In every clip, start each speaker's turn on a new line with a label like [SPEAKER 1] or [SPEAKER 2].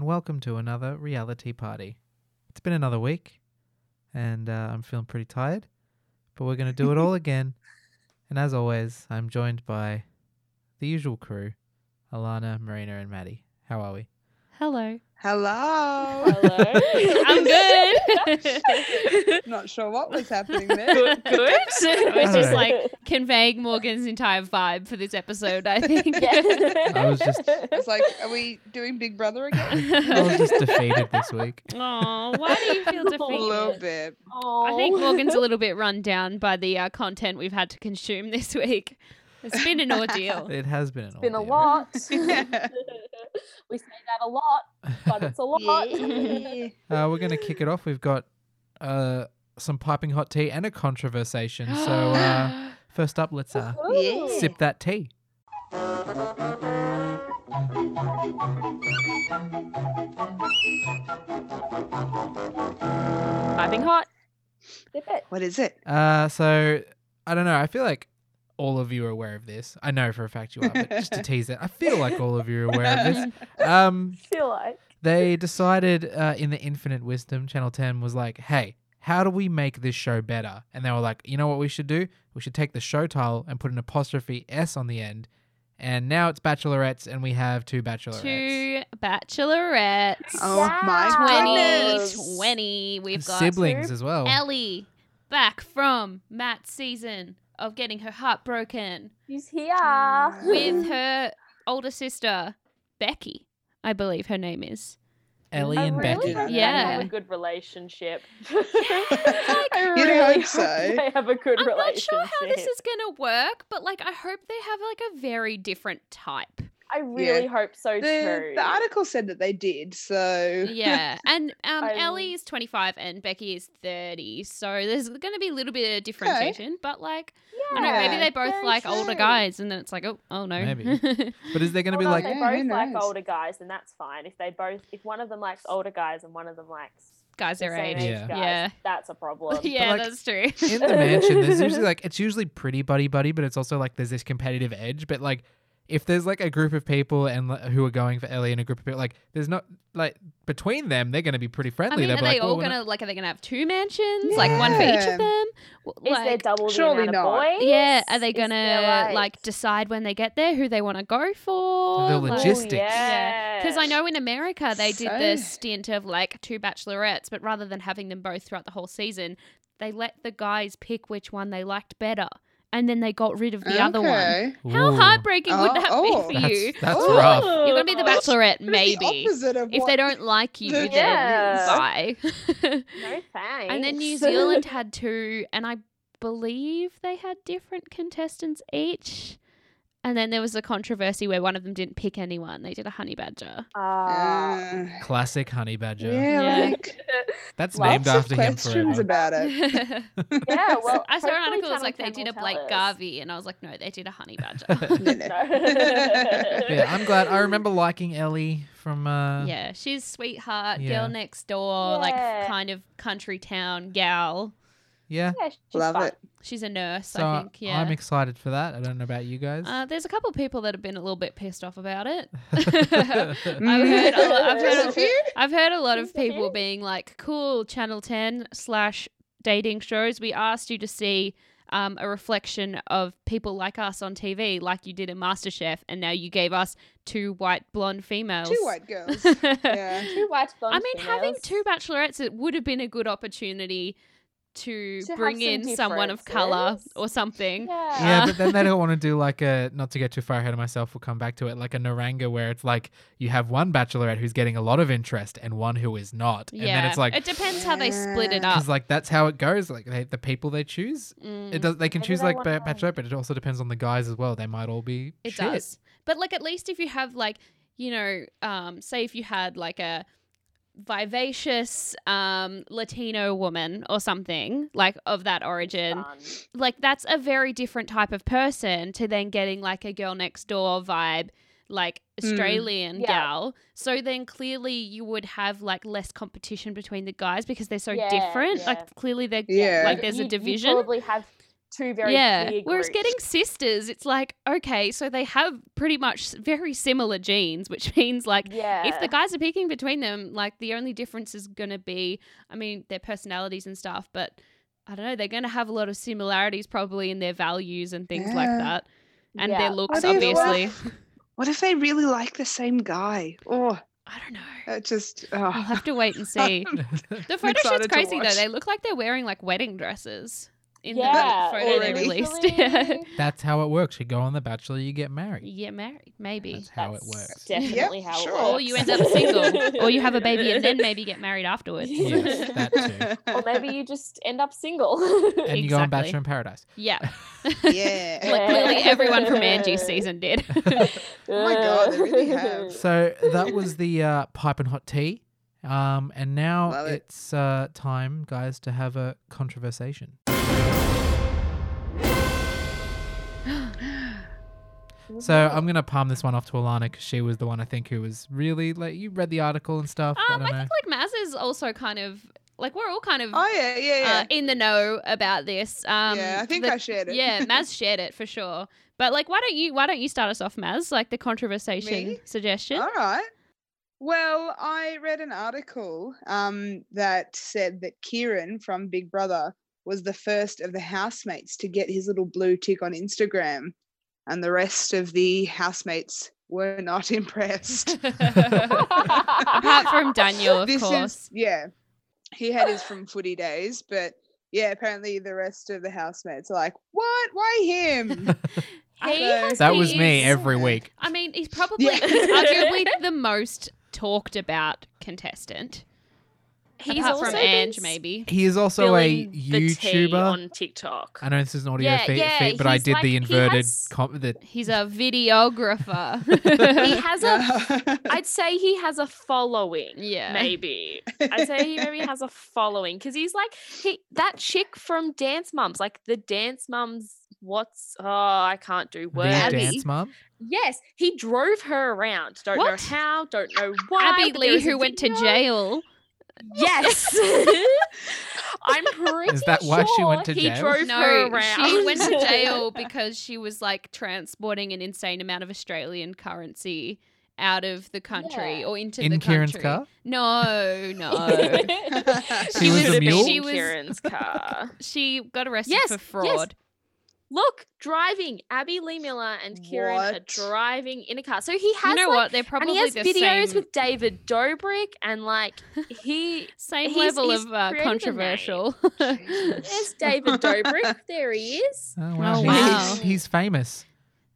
[SPEAKER 1] welcome to another reality party. It's been another week, and uh, I'm feeling pretty tired, but we're going to do it all again. And as always, I'm joined by the usual crew Alana, Marina, and Maddie. How are we?
[SPEAKER 2] Hello.
[SPEAKER 3] Hello.
[SPEAKER 4] Hello. I'm good.
[SPEAKER 3] Not sure what was happening there.
[SPEAKER 4] good. Good. It
[SPEAKER 1] I
[SPEAKER 4] was just
[SPEAKER 1] know.
[SPEAKER 4] like conveying Morgan's entire vibe for this episode, I think.
[SPEAKER 1] I was just-
[SPEAKER 3] I was like, are we doing Big Brother again?
[SPEAKER 1] I was just defeated this week.
[SPEAKER 4] Oh, why do you feel
[SPEAKER 3] A little
[SPEAKER 4] defeated?
[SPEAKER 3] bit.
[SPEAKER 4] I think Morgan's a little bit run down by the uh, content we've had to consume this week. It's been an ordeal.
[SPEAKER 1] It has been an
[SPEAKER 5] It's been a
[SPEAKER 1] ordeal.
[SPEAKER 5] lot. we say that a lot, but it's a lot.
[SPEAKER 3] Yeah.
[SPEAKER 1] Uh, we're going to kick it off. We've got uh, some piping hot tea and a controversation. So, uh, first up, let's uh,
[SPEAKER 5] Ooh.
[SPEAKER 1] sip that tea.
[SPEAKER 4] Piping hot.
[SPEAKER 5] Sip it.
[SPEAKER 3] What is it?
[SPEAKER 1] Uh, so I don't know. I feel like all of you are aware of this. I know for a fact you are, but just to tease it, I feel like all of you are aware of this. Um,
[SPEAKER 5] Feel like.
[SPEAKER 1] they decided uh, in the Infinite Wisdom, Channel Ten was like, "Hey, how do we make this show better?" And they were like, "You know what we should do? We should take the show title and put an apostrophe s on the end." And now it's Bachelorettes, and we have two Bachelorettes.
[SPEAKER 4] Two bachelorettes.
[SPEAKER 3] Oh my
[SPEAKER 5] Wow.
[SPEAKER 3] goodness.
[SPEAKER 4] 2020. We've got
[SPEAKER 1] siblings as well.
[SPEAKER 4] Ellie back from Matt's season of getting her heart broken
[SPEAKER 5] She's here.
[SPEAKER 4] with her older sister, Becky, I believe her name is. Oh,
[SPEAKER 1] Ellie
[SPEAKER 5] I
[SPEAKER 1] and
[SPEAKER 5] really
[SPEAKER 1] Becky.
[SPEAKER 5] hope they
[SPEAKER 4] Yeah.
[SPEAKER 5] have a good relationship.
[SPEAKER 4] You'd
[SPEAKER 5] I
[SPEAKER 3] hope
[SPEAKER 5] really hope
[SPEAKER 3] so.
[SPEAKER 5] They have a good
[SPEAKER 4] I'm not
[SPEAKER 5] relationship.
[SPEAKER 4] sure how this is going to work, but like I hope they have like a very different type.
[SPEAKER 5] I really hope so
[SPEAKER 3] The,
[SPEAKER 5] too.
[SPEAKER 3] the article said that they did, so.
[SPEAKER 4] Yeah. And um,
[SPEAKER 5] I-
[SPEAKER 4] Ellie is 25 and Becky is 30. So there's going to be a little bit of differentiation, but like, I don't know, maybe
[SPEAKER 3] Yeah,
[SPEAKER 4] they both
[SPEAKER 5] very
[SPEAKER 4] like older
[SPEAKER 5] true.
[SPEAKER 4] guys and then it's like, oh, oh no.
[SPEAKER 1] Maybe. But is there going to be
[SPEAKER 5] Well,
[SPEAKER 1] like
[SPEAKER 5] if they
[SPEAKER 3] Yeah, who
[SPEAKER 5] both like
[SPEAKER 3] knows?
[SPEAKER 5] older guys, then that's fine. If they both, if one of them likes older guys and one of them likes
[SPEAKER 4] guys
[SPEAKER 5] the
[SPEAKER 4] their
[SPEAKER 5] same
[SPEAKER 4] age.
[SPEAKER 1] age.
[SPEAKER 5] guys,
[SPEAKER 4] Yeah.
[SPEAKER 5] that's a problem.
[SPEAKER 4] Yeah,
[SPEAKER 1] like,
[SPEAKER 4] that's true.
[SPEAKER 1] in the mansion, there's usually like it's usually pretty buddy buddy, but it's also like there's this competitive edge. But like if there's like a group of people and like, who are going for Ellie and a group of people, like there's not like between them, they're gonna be pretty
[SPEAKER 4] I
[SPEAKER 1] friendly.
[SPEAKER 4] mean,
[SPEAKER 1] They'll
[SPEAKER 4] are
[SPEAKER 1] be
[SPEAKER 4] they
[SPEAKER 1] like, "Oh,
[SPEAKER 4] all
[SPEAKER 1] we're
[SPEAKER 4] gonna
[SPEAKER 1] not-"
[SPEAKER 4] like? Are they gonna have two mansions, like one for each
[SPEAKER 3] Yeah.
[SPEAKER 4] of them? W-
[SPEAKER 5] Is there
[SPEAKER 4] Like,
[SPEAKER 5] double the
[SPEAKER 3] surely
[SPEAKER 5] amount
[SPEAKER 3] not.
[SPEAKER 5] of boys?
[SPEAKER 4] yeah, are they
[SPEAKER 5] Is
[SPEAKER 4] gonna
[SPEAKER 5] there,
[SPEAKER 4] like... decide when they get there who they want to go for?
[SPEAKER 1] The
[SPEAKER 5] Oh,
[SPEAKER 4] Like-
[SPEAKER 1] logistics.
[SPEAKER 5] yeah.
[SPEAKER 4] Because I know in America they did the
[SPEAKER 3] So-
[SPEAKER 4] stint of like two bachelorettes, but rather than having them both throughout the whole season, they let the guys pick which one they liked better, and then they got rid of the other one.
[SPEAKER 3] Okay.
[SPEAKER 4] How
[SPEAKER 1] Ooh,
[SPEAKER 4] heartbreaking would
[SPEAKER 3] Oh,
[SPEAKER 4] that
[SPEAKER 3] oh.
[SPEAKER 4] be for
[SPEAKER 1] That's,
[SPEAKER 4] you?
[SPEAKER 1] that's
[SPEAKER 3] Ooh.
[SPEAKER 1] rough.
[SPEAKER 4] You're gonna be the
[SPEAKER 5] Oh,
[SPEAKER 4] bachelorette, maybe.
[SPEAKER 3] The opposite of
[SPEAKER 4] If
[SPEAKER 3] what-
[SPEAKER 4] they don't like you,
[SPEAKER 3] the-
[SPEAKER 4] then
[SPEAKER 5] Yeah.
[SPEAKER 4] bye.
[SPEAKER 5] No thanks.
[SPEAKER 4] and then New Zealand had two, and I believe they had different contestants each. And then there was a controversy where one of them didn't pick anyone. They did a honey badger.
[SPEAKER 5] Ah.
[SPEAKER 3] Uh,
[SPEAKER 1] Classic honey badger.
[SPEAKER 3] yeah,
[SPEAKER 4] Yeah.
[SPEAKER 3] like.
[SPEAKER 1] That's
[SPEAKER 5] Lots
[SPEAKER 1] named
[SPEAKER 3] lots of
[SPEAKER 1] after him
[SPEAKER 3] questions
[SPEAKER 1] forever.
[SPEAKER 3] about it.
[SPEAKER 4] I
[SPEAKER 5] yeah, well,
[SPEAKER 4] saw an article
[SPEAKER 5] hopefully
[SPEAKER 4] it was
[SPEAKER 5] Channel
[SPEAKER 4] like they
[SPEAKER 5] 10
[SPEAKER 4] did
[SPEAKER 5] will
[SPEAKER 4] a
[SPEAKER 5] tell
[SPEAKER 4] Blake
[SPEAKER 5] us.
[SPEAKER 4] Garvey, and I was like, no, they did a honey badger.
[SPEAKER 3] No, no.
[SPEAKER 1] yeah, I'm glad. I remember liking Ellie from uh,
[SPEAKER 4] yeah, she's sweetheart,
[SPEAKER 1] Yeah.
[SPEAKER 4] girl next door, like
[SPEAKER 5] Yeah.
[SPEAKER 4] kind of country town gal.
[SPEAKER 1] yeah.
[SPEAKER 5] Yeah, she's
[SPEAKER 3] Love
[SPEAKER 5] fun.
[SPEAKER 3] it.
[SPEAKER 4] She's a nurse,
[SPEAKER 1] So
[SPEAKER 4] I think. Yeah.
[SPEAKER 1] I'm excited for that. I don't know about you guys.
[SPEAKER 4] Uh, there's a couple of people that have been a little bit pissed off about it. I've Um, heard, a lot, I've,
[SPEAKER 3] Just
[SPEAKER 4] heard
[SPEAKER 3] a
[SPEAKER 4] a,
[SPEAKER 3] few?
[SPEAKER 4] I've heard a lot of
[SPEAKER 5] Just a few?
[SPEAKER 4] people being like, "Cool, Channel 10 slash dating shows. We asked you to see um, a reflection of people like us on TV, like you did in MasterChef, and now you gave us two white blonde females.
[SPEAKER 3] Two white girls. Yeah.
[SPEAKER 5] Two white
[SPEAKER 4] I
[SPEAKER 5] blonde
[SPEAKER 4] mean, having
[SPEAKER 5] females.
[SPEAKER 4] two bachelorettes, it would have been a good opportunity to,
[SPEAKER 5] To have
[SPEAKER 4] bring
[SPEAKER 5] some
[SPEAKER 4] in someone of color
[SPEAKER 5] differences.
[SPEAKER 4] or something.
[SPEAKER 5] Yeah.
[SPEAKER 1] Yeah, but then they don't want to do like a not to get too far ahead of myself. We'll come back to it, like a Naranga, where it's like you have one bachelorette who's getting a lot of interest and one who is not, and
[SPEAKER 4] Yeah,
[SPEAKER 1] then it's like
[SPEAKER 4] it depends how they split it
[SPEAKER 3] Yeah.
[SPEAKER 4] up.
[SPEAKER 1] because like that's how it goes. Like they, the people they choose,
[SPEAKER 4] Mm,
[SPEAKER 1] it does. They can
[SPEAKER 5] Maybe
[SPEAKER 1] choose
[SPEAKER 5] they
[SPEAKER 1] like
[SPEAKER 5] want
[SPEAKER 1] ba-
[SPEAKER 5] one.
[SPEAKER 1] bachelorette, but it also depends on the guys as well. They might all be
[SPEAKER 4] it
[SPEAKER 1] shit.
[SPEAKER 4] does, but like at least if you have like you know, um, say if you had like a vivacious um Latino woman or something like of that origin,
[SPEAKER 5] Fun.
[SPEAKER 4] like that's a very different type of person to then getting like a girl next door vibe like
[SPEAKER 3] Mm.
[SPEAKER 4] australian
[SPEAKER 5] Yeah.
[SPEAKER 4] gal so then clearly you would have like less competition between the guys because they're so
[SPEAKER 5] Yeah,
[SPEAKER 4] different
[SPEAKER 5] yeah.
[SPEAKER 4] like clearly they're
[SPEAKER 3] Yeah.
[SPEAKER 4] like there's
[SPEAKER 5] You-
[SPEAKER 4] a
[SPEAKER 5] you
[SPEAKER 4] division
[SPEAKER 5] probably have two very
[SPEAKER 4] yeah.
[SPEAKER 5] clear
[SPEAKER 4] Whereas
[SPEAKER 5] groups.
[SPEAKER 4] getting sisters, it's like, okay, so they have pretty much very similar genes, which means like
[SPEAKER 5] yeah.
[SPEAKER 4] if the guys are picking between them, like the only difference is going to be, I mean, their personalities and stuff, but I don't know, they're going to have a lot of similarities probably in their values and things like
[SPEAKER 3] Yeah.
[SPEAKER 4] that. And
[SPEAKER 5] Yeah.
[SPEAKER 4] their looks,
[SPEAKER 3] do you think-
[SPEAKER 4] obviously.
[SPEAKER 3] What if they really like the same guy? Oh,
[SPEAKER 4] I don't know.
[SPEAKER 3] it just.
[SPEAKER 4] I'll
[SPEAKER 3] Oh.
[SPEAKER 4] have to wait and see. The photo
[SPEAKER 3] excited
[SPEAKER 4] shoot's
[SPEAKER 3] to
[SPEAKER 4] crazy though.
[SPEAKER 3] watch.
[SPEAKER 4] They look like they're wearing like wedding dresses in
[SPEAKER 5] yeah,
[SPEAKER 4] the photo they
[SPEAKER 3] already.
[SPEAKER 4] released. Yeah.
[SPEAKER 5] Literally.
[SPEAKER 1] That's how it works. You go on The Bachelor, you get married.
[SPEAKER 4] yeah, married, maybe.
[SPEAKER 1] That's how it
[SPEAKER 5] That's
[SPEAKER 1] works.
[SPEAKER 5] Definitely how
[SPEAKER 3] sure.
[SPEAKER 5] it works.
[SPEAKER 4] Or you end up single, or you have a baby and then maybe get married afterwards.
[SPEAKER 5] Yeah.
[SPEAKER 1] Yes, that too.
[SPEAKER 5] or maybe you just end up single.
[SPEAKER 1] And you go on
[SPEAKER 4] Exactly.
[SPEAKER 1] Bachelor in Paradise.
[SPEAKER 4] Yeah.
[SPEAKER 3] yeah.
[SPEAKER 4] Like clearly everyone from Angie's season did.
[SPEAKER 3] Oh my God, they really have.
[SPEAKER 1] So that was the uh, pipe and hot tea. Um, and now
[SPEAKER 3] Love it.
[SPEAKER 1] it's uh, time, guys, to have a controversation. So I'm gonna palm this one off to Alana because she was the one I think who was really like you read the article and stuff. I
[SPEAKER 4] Um,
[SPEAKER 1] don't
[SPEAKER 4] I,
[SPEAKER 1] know.
[SPEAKER 4] think like Maz is also kind of like we're all kind of
[SPEAKER 3] Oh yeah, yeah, yeah.
[SPEAKER 4] uh, in the know about this. Um,
[SPEAKER 3] yeah, I think
[SPEAKER 4] the-
[SPEAKER 3] I shared it.
[SPEAKER 4] yeah, Maz shared it for sure. But like, why don't you why don't you start us off, Maz? Like the controversation
[SPEAKER 3] Me?
[SPEAKER 4] suggestion.
[SPEAKER 3] All right. Well, I read an article um, that said that Kieran from Big Brother was the first of the housemates to get his little blue tick on Instagram, and the rest of the housemates were not impressed.
[SPEAKER 4] Apart from Daniel, of
[SPEAKER 3] this
[SPEAKER 4] course.
[SPEAKER 3] is yeah, he had his from footy days, but yeah, apparently the rest of the housemates are like, "What? Why him?"
[SPEAKER 4] He
[SPEAKER 3] Okay.
[SPEAKER 4] has-
[SPEAKER 1] that
[SPEAKER 4] he
[SPEAKER 1] was me
[SPEAKER 4] is-
[SPEAKER 1] every week.
[SPEAKER 4] I mean, he's probably
[SPEAKER 3] Yeah.
[SPEAKER 4] he's arguably the most talked about contestant.
[SPEAKER 2] He's
[SPEAKER 4] apart
[SPEAKER 2] also
[SPEAKER 4] from
[SPEAKER 2] been
[SPEAKER 4] Ange, maybe.
[SPEAKER 1] He is also a
[SPEAKER 2] spilling the tea
[SPEAKER 1] YouTuber.
[SPEAKER 2] on TikTok.
[SPEAKER 1] I know this is an audio
[SPEAKER 2] Yeah,
[SPEAKER 1] feat,
[SPEAKER 2] yeah,
[SPEAKER 1] feat, but I
[SPEAKER 2] he's
[SPEAKER 1] did
[SPEAKER 2] like-
[SPEAKER 1] the
[SPEAKER 2] he
[SPEAKER 1] inverted
[SPEAKER 2] has-
[SPEAKER 1] com- the
[SPEAKER 4] He's a videographer.
[SPEAKER 2] he has a.
[SPEAKER 3] Yeah.
[SPEAKER 2] I'd say he has a following.
[SPEAKER 4] Yeah.
[SPEAKER 2] Maybe. I'd say he maybe has a following because he's like he that chick from Dance Mums, like the Dance Mums. What's oh I can't do
[SPEAKER 1] the
[SPEAKER 2] words.
[SPEAKER 1] dance mom.
[SPEAKER 2] Yes, he drove her around. Don't know
[SPEAKER 4] What?
[SPEAKER 2] how. Don't know why.
[SPEAKER 4] Abby
[SPEAKER 2] but there
[SPEAKER 4] Lee,
[SPEAKER 2] is a
[SPEAKER 4] who went to
[SPEAKER 2] video.
[SPEAKER 4] jail.
[SPEAKER 2] Yes. I'm pretty
[SPEAKER 1] that why she went
[SPEAKER 2] sure
[SPEAKER 1] to
[SPEAKER 2] He
[SPEAKER 1] jail?
[SPEAKER 2] drove her
[SPEAKER 4] No,
[SPEAKER 2] around.
[SPEAKER 4] she went to jail because she was like transporting an insane amount of Australian currency out of the country
[SPEAKER 5] Yeah.
[SPEAKER 4] or into
[SPEAKER 1] In
[SPEAKER 4] the
[SPEAKER 1] Kieran's
[SPEAKER 4] country.
[SPEAKER 1] car?
[SPEAKER 4] No, no.
[SPEAKER 1] She was
[SPEAKER 2] Should
[SPEAKER 1] a
[SPEAKER 2] have been
[SPEAKER 1] mule?
[SPEAKER 2] in
[SPEAKER 4] she was-
[SPEAKER 2] Kieran's car.
[SPEAKER 4] she got arrested
[SPEAKER 2] Yes,
[SPEAKER 4] for
[SPEAKER 2] yes.
[SPEAKER 4] fraud.
[SPEAKER 2] Look, driving. Abby Lee Miller and Kieran are
[SPEAKER 3] What?
[SPEAKER 2] driving in a car. So he
[SPEAKER 4] You
[SPEAKER 2] has
[SPEAKER 4] know
[SPEAKER 2] like,
[SPEAKER 4] what? They're
[SPEAKER 2] and
[SPEAKER 4] probably
[SPEAKER 2] he has
[SPEAKER 4] the
[SPEAKER 2] videos
[SPEAKER 4] same,
[SPEAKER 2] with David Dobrik and like he
[SPEAKER 4] same
[SPEAKER 2] he's-
[SPEAKER 4] level
[SPEAKER 2] he's
[SPEAKER 4] of uh,
[SPEAKER 2] created a name.
[SPEAKER 4] controversial.
[SPEAKER 2] there's David Dobrik. There he is.
[SPEAKER 1] Oh, wow.
[SPEAKER 4] Oh,
[SPEAKER 1] He's-
[SPEAKER 4] wow.
[SPEAKER 1] He's, he's famous.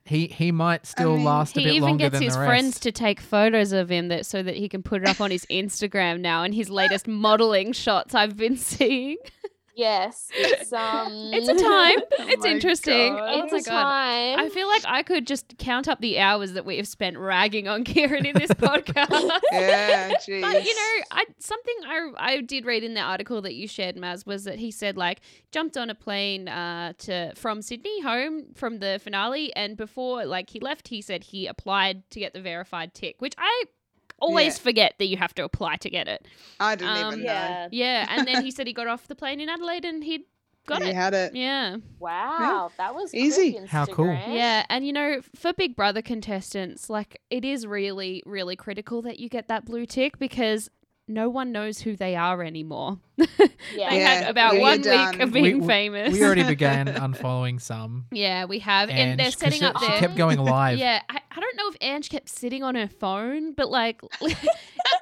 [SPEAKER 1] He he might still
[SPEAKER 3] mean-
[SPEAKER 1] last a
[SPEAKER 4] he
[SPEAKER 1] bit
[SPEAKER 4] even
[SPEAKER 1] longer
[SPEAKER 4] gets
[SPEAKER 1] than
[SPEAKER 4] his
[SPEAKER 1] the
[SPEAKER 4] friends
[SPEAKER 1] rest.
[SPEAKER 4] to take photos of him that so that he can put it up on his Instagram now and his latest modeling shots I've been seeing.
[SPEAKER 5] yes.
[SPEAKER 2] It's um
[SPEAKER 4] It's a time.
[SPEAKER 1] Oh
[SPEAKER 4] It's
[SPEAKER 3] my
[SPEAKER 4] interesting.
[SPEAKER 3] God.
[SPEAKER 4] Oh
[SPEAKER 2] It's
[SPEAKER 4] my
[SPEAKER 2] a
[SPEAKER 4] god.
[SPEAKER 2] time.
[SPEAKER 4] I feel like I could just count up the hours that we have spent ragging on Kieran in this podcast.
[SPEAKER 3] yeah, jeez.
[SPEAKER 4] But you know, I something I I did read in the article that you shared, Maz, was that he said like jumped on a plane uh to from Sydney home from the finale, and before like he left, he said he applied to get the verified tick, which I always forget that you have to apply to get it.
[SPEAKER 3] I didn't
[SPEAKER 4] um,
[SPEAKER 3] even know.
[SPEAKER 5] Yeah.
[SPEAKER 4] Yeah, and then he said he got off the plane in Adelaide and he'd got
[SPEAKER 3] he
[SPEAKER 4] it.
[SPEAKER 3] had it.
[SPEAKER 4] Yeah.
[SPEAKER 5] Wow, that was quick,
[SPEAKER 3] Easy.
[SPEAKER 1] How cool.
[SPEAKER 5] Instagram.
[SPEAKER 4] Yeah, and you know, for Big Brother contestants, like it is really, really critical that you get that blue tick because no one knows who they are anymore.
[SPEAKER 5] Yeah.
[SPEAKER 4] They had
[SPEAKER 3] Yeah,
[SPEAKER 4] about
[SPEAKER 3] yeah,
[SPEAKER 4] one
[SPEAKER 3] you're
[SPEAKER 4] week
[SPEAKER 3] done.
[SPEAKER 4] of
[SPEAKER 1] We-
[SPEAKER 4] being
[SPEAKER 1] we-
[SPEAKER 4] famous.
[SPEAKER 1] We already began unfollowing some.
[SPEAKER 4] yeah, we have, and,
[SPEAKER 1] Ange,
[SPEAKER 4] they're
[SPEAKER 1] 'cause
[SPEAKER 4] setting
[SPEAKER 1] she,
[SPEAKER 4] up
[SPEAKER 1] she
[SPEAKER 4] their.
[SPEAKER 1] kept going live.
[SPEAKER 4] yeah, I, I don't know if Ange kept sitting on her phone, but like,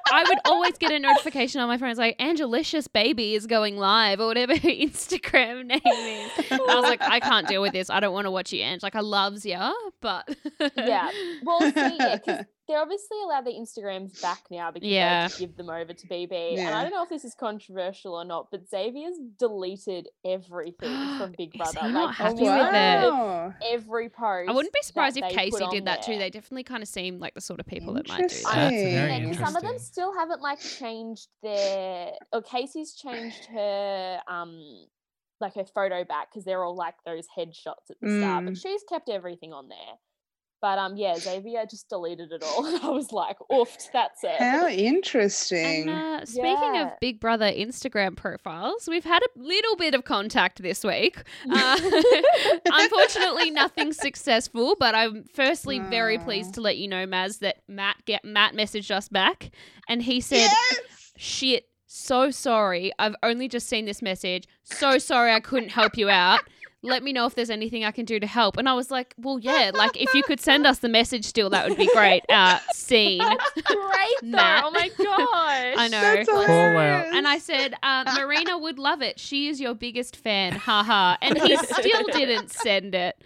[SPEAKER 4] I would always get a notification on my phone. It's like, Angelicious Baby is going live or whatever her Instagram name is. And I was like, I can't deal with this. I don't want to watch you, Ange. Like, I loves ya, but.
[SPEAKER 5] Yeah. Well, see, yeah, 'cause they're obviously allowed their Instagrams back now because
[SPEAKER 4] Yeah.
[SPEAKER 5] they give them over to BB. And
[SPEAKER 3] Yeah.
[SPEAKER 5] I don't know if this is controversial or not, but Xavier's deleted everything from Big
[SPEAKER 4] Is
[SPEAKER 5] Brother.
[SPEAKER 4] he not
[SPEAKER 5] like,
[SPEAKER 4] happy
[SPEAKER 5] he
[SPEAKER 4] with it?
[SPEAKER 5] deleted
[SPEAKER 3] Oh, wow.
[SPEAKER 5] Every post.
[SPEAKER 4] I wouldn't be
[SPEAKER 5] that
[SPEAKER 4] surprised
[SPEAKER 5] they
[SPEAKER 4] if
[SPEAKER 5] put
[SPEAKER 4] Casey
[SPEAKER 5] on
[SPEAKER 4] did that too.
[SPEAKER 5] there.
[SPEAKER 4] They definitely kind of seem like the sort of people that might do
[SPEAKER 3] Interesting.
[SPEAKER 4] that.
[SPEAKER 1] That's very
[SPEAKER 3] Dang.
[SPEAKER 5] And some of them
[SPEAKER 1] interesting.
[SPEAKER 5] still haven't like changed their or Casey's changed her um
[SPEAKER 4] Mm.
[SPEAKER 5] like her photo back because they're all like those headshots at the start, but she's kept everything on there. But um, yeah, Xavier just deleted it all. I was like, oofed, that's it.
[SPEAKER 3] How interesting.
[SPEAKER 4] And uh, speaking
[SPEAKER 5] Yeah.
[SPEAKER 4] of Big Brother Instagram profiles, we've had a little bit of contact this week. Uh, unfortunately, nothing successful. But I'm firstly very
[SPEAKER 3] Aw.
[SPEAKER 4] pleased to let you know, Maz, that Matt get Matt messaged us back, and he said,
[SPEAKER 3] yes!
[SPEAKER 4] "Shit, so sorry. I've only just seen this message. So sorry, I couldn't help you out." Let me know if there's anything I can do to help. And I was like, well, yeah, like if you could send us the message still, that would be great. Uh, scene.
[SPEAKER 2] Great though.
[SPEAKER 4] Matt.
[SPEAKER 2] Oh my gosh.
[SPEAKER 4] I know.
[SPEAKER 3] That's
[SPEAKER 4] Call out.
[SPEAKER 3] hilarious.
[SPEAKER 4] And I said, uh, Marina would love it. She is your biggest fan. Haha. And he still didn't send it.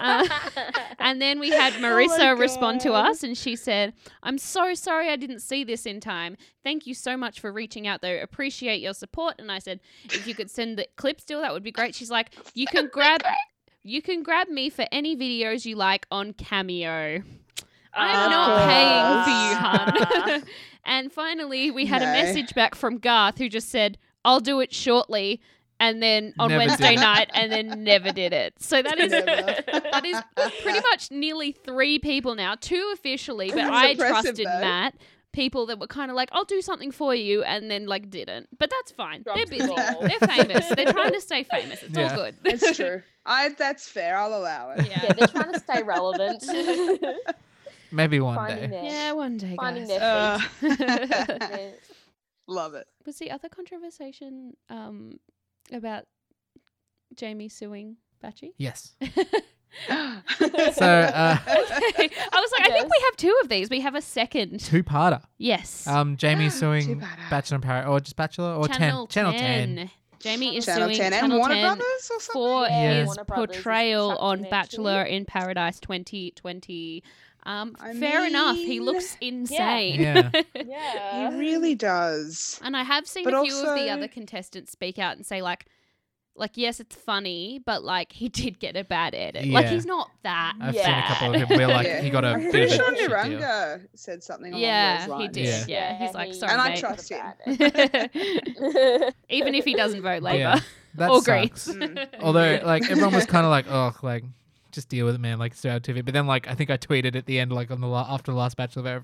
[SPEAKER 4] Uh, and then we had
[SPEAKER 3] Oh my
[SPEAKER 4] Marissa respond to
[SPEAKER 3] God.
[SPEAKER 4] us and she said, I'm so sorry I didn't see this in time. Thank you so much for reaching out though. Appreciate your support. And I said, if you could send the clip still, that would be great. She's like, you can grab you can grab me for any videos you like on Cameo. I'm
[SPEAKER 2] Of
[SPEAKER 4] not paying
[SPEAKER 2] course.
[SPEAKER 4] for you, hun. and finally, we had a
[SPEAKER 3] No.
[SPEAKER 4] message back from Garth who just said, I'll do it shortly. And then on
[SPEAKER 1] Never did
[SPEAKER 4] Wednesday
[SPEAKER 1] it.
[SPEAKER 4] night, and then never did it. So that is
[SPEAKER 3] Never.
[SPEAKER 4] that is pretty much nearly three people now, two officially, but
[SPEAKER 3] That's
[SPEAKER 4] I
[SPEAKER 3] impressive,
[SPEAKER 4] trusted
[SPEAKER 3] though.
[SPEAKER 4] Matt. People that were kind of like, I'll do something for you, and then like didn't. But that's fine. They're
[SPEAKER 5] Dropped the
[SPEAKER 4] busy.
[SPEAKER 5] ball.
[SPEAKER 4] They're famous. They're trying to stay famous. It's
[SPEAKER 1] Yeah.
[SPEAKER 4] all good.
[SPEAKER 3] It's true. I that's fair. I'll allow it.
[SPEAKER 4] yeah.
[SPEAKER 5] Yeah, they're trying to stay relevant.
[SPEAKER 1] Maybe one
[SPEAKER 5] Finding
[SPEAKER 1] day.
[SPEAKER 5] their,
[SPEAKER 4] Yeah, one day.
[SPEAKER 5] finding
[SPEAKER 4] guys.
[SPEAKER 5] their feet.
[SPEAKER 3] Uh,
[SPEAKER 5] Their-
[SPEAKER 3] Love it.
[SPEAKER 4] Was the other conversation um, about Jamie suing Batchy?
[SPEAKER 1] Yes. So
[SPEAKER 3] so
[SPEAKER 1] uh,
[SPEAKER 4] I was like, I think we have two of these. We have a second.
[SPEAKER 1] two-parter.
[SPEAKER 4] Yes.
[SPEAKER 1] Um,
[SPEAKER 3] Ah,
[SPEAKER 1] Jamie suing
[SPEAKER 3] Two-parter.
[SPEAKER 1] Bachelor in Paradise, or just Bachelor, or
[SPEAKER 4] Channel
[SPEAKER 1] 10,
[SPEAKER 4] 10.
[SPEAKER 1] Channel 10.
[SPEAKER 4] Jamie is
[SPEAKER 3] Channel
[SPEAKER 4] suing
[SPEAKER 3] Ten and
[SPEAKER 4] Channel
[SPEAKER 3] Warner
[SPEAKER 4] 10
[SPEAKER 3] Brothers or something.
[SPEAKER 4] for
[SPEAKER 1] Yeah.
[SPEAKER 4] his
[SPEAKER 5] Warner Brothers is
[SPEAKER 4] portrayal
[SPEAKER 5] sucked
[SPEAKER 4] on
[SPEAKER 5] in there too.
[SPEAKER 4] Bachelor in Paradise 2020. Um,
[SPEAKER 3] I
[SPEAKER 4] fair enough. He
[SPEAKER 3] mean-
[SPEAKER 4] looks insane.
[SPEAKER 1] Yeah.
[SPEAKER 5] yeah.
[SPEAKER 3] He really does.
[SPEAKER 4] And I have seen
[SPEAKER 3] But
[SPEAKER 4] a few of the
[SPEAKER 3] also-
[SPEAKER 4] other contestants speak out and say like, like yes, it's funny, but like he did get a bad edit. Like
[SPEAKER 1] Yeah.
[SPEAKER 4] he's not that.
[SPEAKER 1] I've seen a
[SPEAKER 4] bad.
[SPEAKER 1] couple of him where like
[SPEAKER 3] Yeah.
[SPEAKER 1] he got a
[SPEAKER 3] I'm
[SPEAKER 1] bit
[SPEAKER 3] pretty
[SPEAKER 1] of a
[SPEAKER 3] sure
[SPEAKER 1] shit deal.
[SPEAKER 3] Niranga said something along those
[SPEAKER 4] Yeah, he
[SPEAKER 3] lines.
[SPEAKER 4] did. Yeah,
[SPEAKER 1] Yeah.
[SPEAKER 4] he's like
[SPEAKER 5] he-
[SPEAKER 4] sorry,
[SPEAKER 3] And I
[SPEAKER 4] mate."
[SPEAKER 3] trust him.
[SPEAKER 4] Even if he doesn't vote
[SPEAKER 1] Yeah.
[SPEAKER 4] Labour
[SPEAKER 1] That
[SPEAKER 4] or
[SPEAKER 1] sucks.
[SPEAKER 4] Greens.
[SPEAKER 3] Mm.
[SPEAKER 1] Although, like, everyone was kind of like, oh, like, just deal with it, man. Like, it's our TV. But then, like, I think I tweeted at the end, like, on the la- after the last Bachelor of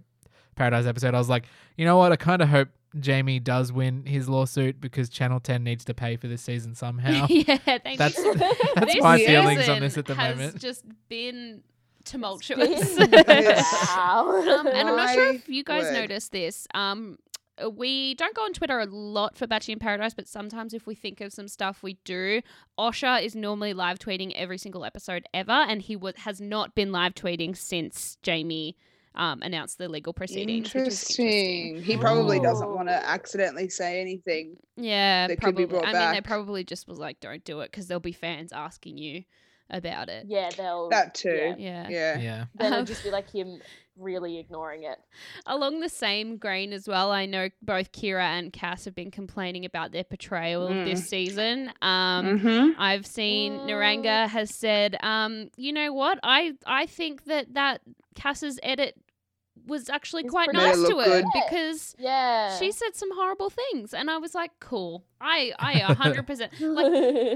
[SPEAKER 1] Paradise episode, I was like, you know what? I kind of hope Jamie does win his lawsuit because Channel 10 needs to pay for this season somehow.
[SPEAKER 4] yeah, they
[SPEAKER 1] that's
[SPEAKER 4] did.
[SPEAKER 1] that's
[SPEAKER 4] This
[SPEAKER 1] my
[SPEAKER 3] season
[SPEAKER 1] feelings on this at the
[SPEAKER 4] has
[SPEAKER 1] moment.
[SPEAKER 4] just been tumultuous.
[SPEAKER 3] Yes.
[SPEAKER 5] wow.
[SPEAKER 4] Um, and I'm not sure
[SPEAKER 3] My
[SPEAKER 4] if you guys
[SPEAKER 3] word.
[SPEAKER 4] noticed this. Um, uh, we don't go on Twitter a lot for Batchy in Paradise, but sometimes if we think of some stuff, we do. Osha is normally live tweeting every single episode ever, and he wa has not been live tweeting since Jamie um, announced the legal proceedings. which is interesting.
[SPEAKER 3] Interesting. He probably
[SPEAKER 1] Ooh.
[SPEAKER 3] doesn't want to accidentally say anything.
[SPEAKER 4] Yeah,
[SPEAKER 3] That could
[SPEAKER 4] probably.
[SPEAKER 3] be brought
[SPEAKER 4] I mean, they
[SPEAKER 3] back.
[SPEAKER 4] probably just was like, "Don't do it," because there'll be fans asking you about it.
[SPEAKER 5] Yeah, they'll.
[SPEAKER 3] That too.
[SPEAKER 4] Yeah.
[SPEAKER 3] Yeah.
[SPEAKER 1] yeah.
[SPEAKER 5] Then
[SPEAKER 4] Um,
[SPEAKER 5] it'll just be like him really ignoring it.
[SPEAKER 4] Along the same grain as well, I know both Kira and Cass have been complaining about their portrayal
[SPEAKER 3] Mm.
[SPEAKER 4] this season. Um,
[SPEAKER 3] Mm-hmm.
[SPEAKER 4] I've seen
[SPEAKER 5] Mm.
[SPEAKER 4] Naranga has said, um, you know what? I I think that that Cass's edit was actually
[SPEAKER 5] It's
[SPEAKER 4] quite
[SPEAKER 5] pretty-
[SPEAKER 4] nice
[SPEAKER 3] Made it
[SPEAKER 4] to
[SPEAKER 3] look
[SPEAKER 4] her
[SPEAKER 3] good.
[SPEAKER 4] because
[SPEAKER 5] Yeah.
[SPEAKER 4] she said some horrible things, and I was like, cool. I I a hundred percent like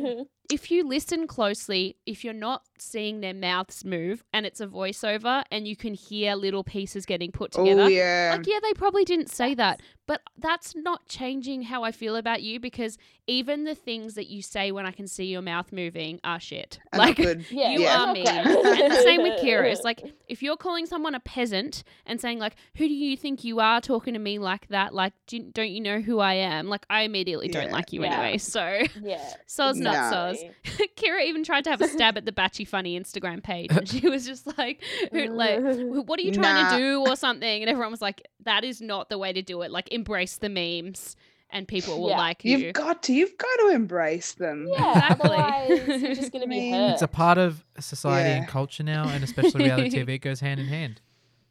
[SPEAKER 4] if you listen closely, if you're not seeing their mouths move and it's a voiceover and you can hear little pieces getting put together,
[SPEAKER 3] Oh yeah.
[SPEAKER 4] like, yeah, they probably didn't say that, but that's not changing how I feel about you because even the things that you say when I can see your mouth moving are shit.
[SPEAKER 3] And
[SPEAKER 4] like,
[SPEAKER 3] good.
[SPEAKER 5] yeah, um,
[SPEAKER 4] you
[SPEAKER 5] yeah.
[SPEAKER 4] are mean. and the same with Kira. It's like, if you're calling someone a peasant and saying, like, who do you think you are talking to me like that? Like, do, don't you know who I am? Like, I immediately don't
[SPEAKER 3] Yeah.
[SPEAKER 4] like you
[SPEAKER 5] Yeah.
[SPEAKER 4] anyway. So,
[SPEAKER 5] yeah.
[SPEAKER 4] soz not soz.
[SPEAKER 5] exactly.
[SPEAKER 4] Kira even tried to have a stab at the Batchy Funny Instagram page, and she was just like, who, like
[SPEAKER 5] Mm-hmm.
[SPEAKER 4] "Wh- what are you trying
[SPEAKER 3] Nah.
[SPEAKER 4] to do or something and everyone was like that is not the way to do it like embrace the memes and people will
[SPEAKER 5] Yeah.
[SPEAKER 4] like you
[SPEAKER 3] You've got to. You've got to embrace them.
[SPEAKER 5] Yeah,
[SPEAKER 4] Exactly.
[SPEAKER 5] otherwise you're just gonna be
[SPEAKER 3] Mean.
[SPEAKER 5] hurt.
[SPEAKER 1] It's a part of society and
[SPEAKER 3] Yeah.
[SPEAKER 1] culture now, and especially reality TV, it goes hand in hand.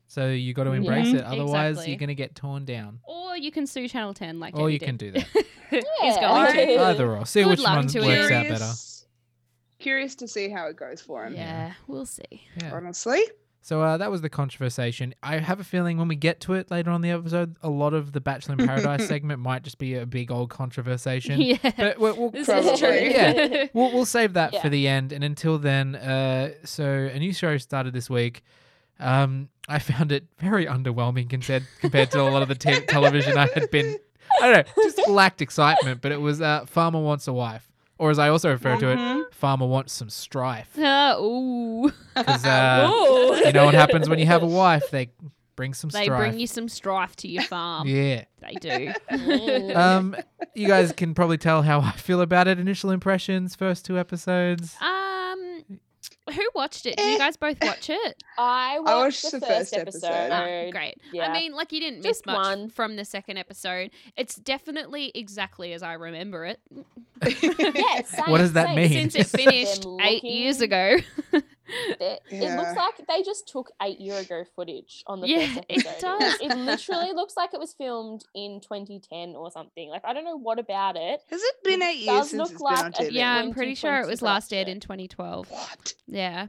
[SPEAKER 1] So you got to
[SPEAKER 4] Yeah. Mm-hmm.
[SPEAKER 1] embrace
[SPEAKER 3] Mhm.
[SPEAKER 1] it. Otherwise,
[SPEAKER 4] Exactly.
[SPEAKER 1] you're going to get torn down.
[SPEAKER 4] or you can sue channel 10 like
[SPEAKER 1] or
[SPEAKER 4] Jamie
[SPEAKER 1] you
[SPEAKER 4] did.
[SPEAKER 1] can do that.
[SPEAKER 4] He's
[SPEAKER 5] Yeah.
[SPEAKER 4] going to.
[SPEAKER 1] Either or. See
[SPEAKER 4] Oh, Good
[SPEAKER 1] which
[SPEAKER 4] luck
[SPEAKER 1] one works
[SPEAKER 4] to you.
[SPEAKER 1] out better.
[SPEAKER 3] Curious- Curious to see how it goes for him.
[SPEAKER 4] yeah we'll see
[SPEAKER 1] Yeah.
[SPEAKER 3] Honestly.
[SPEAKER 1] So uh, that was the conversation. I have a feeling when we get to it later on the episode, a lot of the Bachelor in Paradise segment might just be a big old controversation.
[SPEAKER 4] yeah
[SPEAKER 1] But we'll, we'll,
[SPEAKER 4] this
[SPEAKER 3] Probably.
[SPEAKER 4] is true
[SPEAKER 1] Yeah. we'll, we'll save that
[SPEAKER 5] Yeah.
[SPEAKER 1] for the end. And until then, uh, so a new show started this week. Um, I found it very underwhelming compared compared to a lot of the te- television I had been. I don't know, just lacked excitement. But it was uh, Farmer Wants a Wife, or as I also refer to it,
[SPEAKER 3] Mhm.
[SPEAKER 1] Farmer Wants Some Strife.
[SPEAKER 4] Uh, ooh.
[SPEAKER 1] 'Cause, uh,
[SPEAKER 2] Ooh.
[SPEAKER 1] you know what happens when you have a wife? They bring some
[SPEAKER 4] They
[SPEAKER 1] strife.
[SPEAKER 4] bring you some strife to your farm.
[SPEAKER 1] yeah.
[SPEAKER 4] They do.
[SPEAKER 2] Mm.
[SPEAKER 1] Um, you guys can probably tell how I feel about it. Initial impressions, first two episodes.
[SPEAKER 4] Um, who watched it? Did you guys both watch it?
[SPEAKER 5] I watched, the, first episode.
[SPEAKER 4] Ah, great.
[SPEAKER 5] yeah.
[SPEAKER 4] I mean, like you didn't
[SPEAKER 2] Just
[SPEAKER 4] miss much
[SPEAKER 2] one.
[SPEAKER 4] from the second episode. It's definitely exactly as I remember it,
[SPEAKER 5] Yeah, same,
[SPEAKER 1] What does that
[SPEAKER 5] same.
[SPEAKER 1] mean?
[SPEAKER 4] since it finished
[SPEAKER 5] Them
[SPEAKER 4] eight years
[SPEAKER 5] looking-
[SPEAKER 4] ago.
[SPEAKER 5] It, it
[SPEAKER 3] Yeah.
[SPEAKER 5] looks like they just took eight year ago footage on the
[SPEAKER 4] Yeah,
[SPEAKER 5] first
[SPEAKER 4] it
[SPEAKER 5] episode.
[SPEAKER 4] does.
[SPEAKER 5] It literally looks like it was filmed in 2010 or something. Like I don't know what about it.
[SPEAKER 3] Has it been
[SPEAKER 5] It
[SPEAKER 3] eight years
[SPEAKER 5] does
[SPEAKER 3] since
[SPEAKER 5] look
[SPEAKER 3] it's
[SPEAKER 5] like
[SPEAKER 3] been on
[SPEAKER 5] a-
[SPEAKER 3] TV?
[SPEAKER 4] yeah, I'm
[SPEAKER 5] Went
[SPEAKER 4] pretty
[SPEAKER 5] to
[SPEAKER 4] sure it
[SPEAKER 5] 20
[SPEAKER 4] was last aired
[SPEAKER 5] production.
[SPEAKER 4] in 2012.
[SPEAKER 3] What?
[SPEAKER 4] Yeah,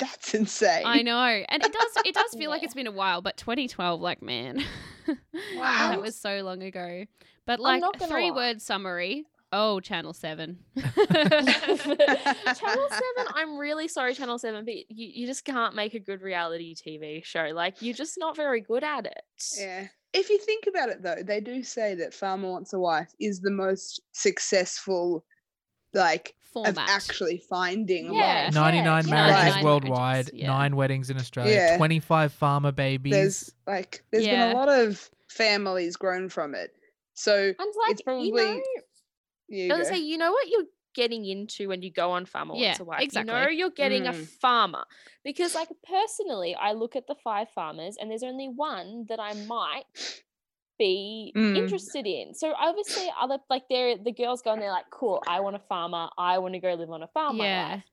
[SPEAKER 3] That's insane.
[SPEAKER 4] I know, and it does. It does feel like
[SPEAKER 5] Yeah.
[SPEAKER 4] it's been a while, but 2012, like man,
[SPEAKER 3] Wow.
[SPEAKER 4] that was so long ago. But like
[SPEAKER 5] not gonna
[SPEAKER 4] three
[SPEAKER 5] lie.
[SPEAKER 4] word summary. Oh, Channel Seven.
[SPEAKER 2] Channel Seven, I'm really sorry, Channel Seven, but you, you just can't make a good reality TV show. Like you're just not very good at it.
[SPEAKER 3] Yeah. If you think about it, though, they do say that Farmer Wants a Wife is the most successful, like,
[SPEAKER 4] Format.
[SPEAKER 3] of actually finding
[SPEAKER 4] Yeah.
[SPEAKER 3] love.
[SPEAKER 1] 99
[SPEAKER 4] yeah.
[SPEAKER 1] marriages
[SPEAKER 3] 99
[SPEAKER 1] worldwide,
[SPEAKER 4] marriages, yeah.
[SPEAKER 1] nine weddings in Australia,
[SPEAKER 3] Yeah.
[SPEAKER 1] 25 farmer babies.
[SPEAKER 3] There's like, there's
[SPEAKER 4] Yeah.
[SPEAKER 3] been a lot of families grown from it. So,
[SPEAKER 5] And like
[SPEAKER 3] It's probably-
[SPEAKER 5] you know,
[SPEAKER 2] I
[SPEAKER 3] you
[SPEAKER 2] was
[SPEAKER 3] go.
[SPEAKER 2] gonna say, you know what you're getting into when you go on Farmer
[SPEAKER 4] Yeah,
[SPEAKER 2] Wants a Wife.
[SPEAKER 4] exactly.
[SPEAKER 2] You know you're getting a
[SPEAKER 3] Mm.
[SPEAKER 2] farmer because
[SPEAKER 5] because
[SPEAKER 2] like
[SPEAKER 5] like personally, I look at the five farmers and there's only one that I might be
[SPEAKER 3] Mm.
[SPEAKER 5] interested in. So obviously, other like they're the girls go and they're like, "Cool, I want a farmer. I want to go live on a farm." my
[SPEAKER 4] Yeah.
[SPEAKER 5] life."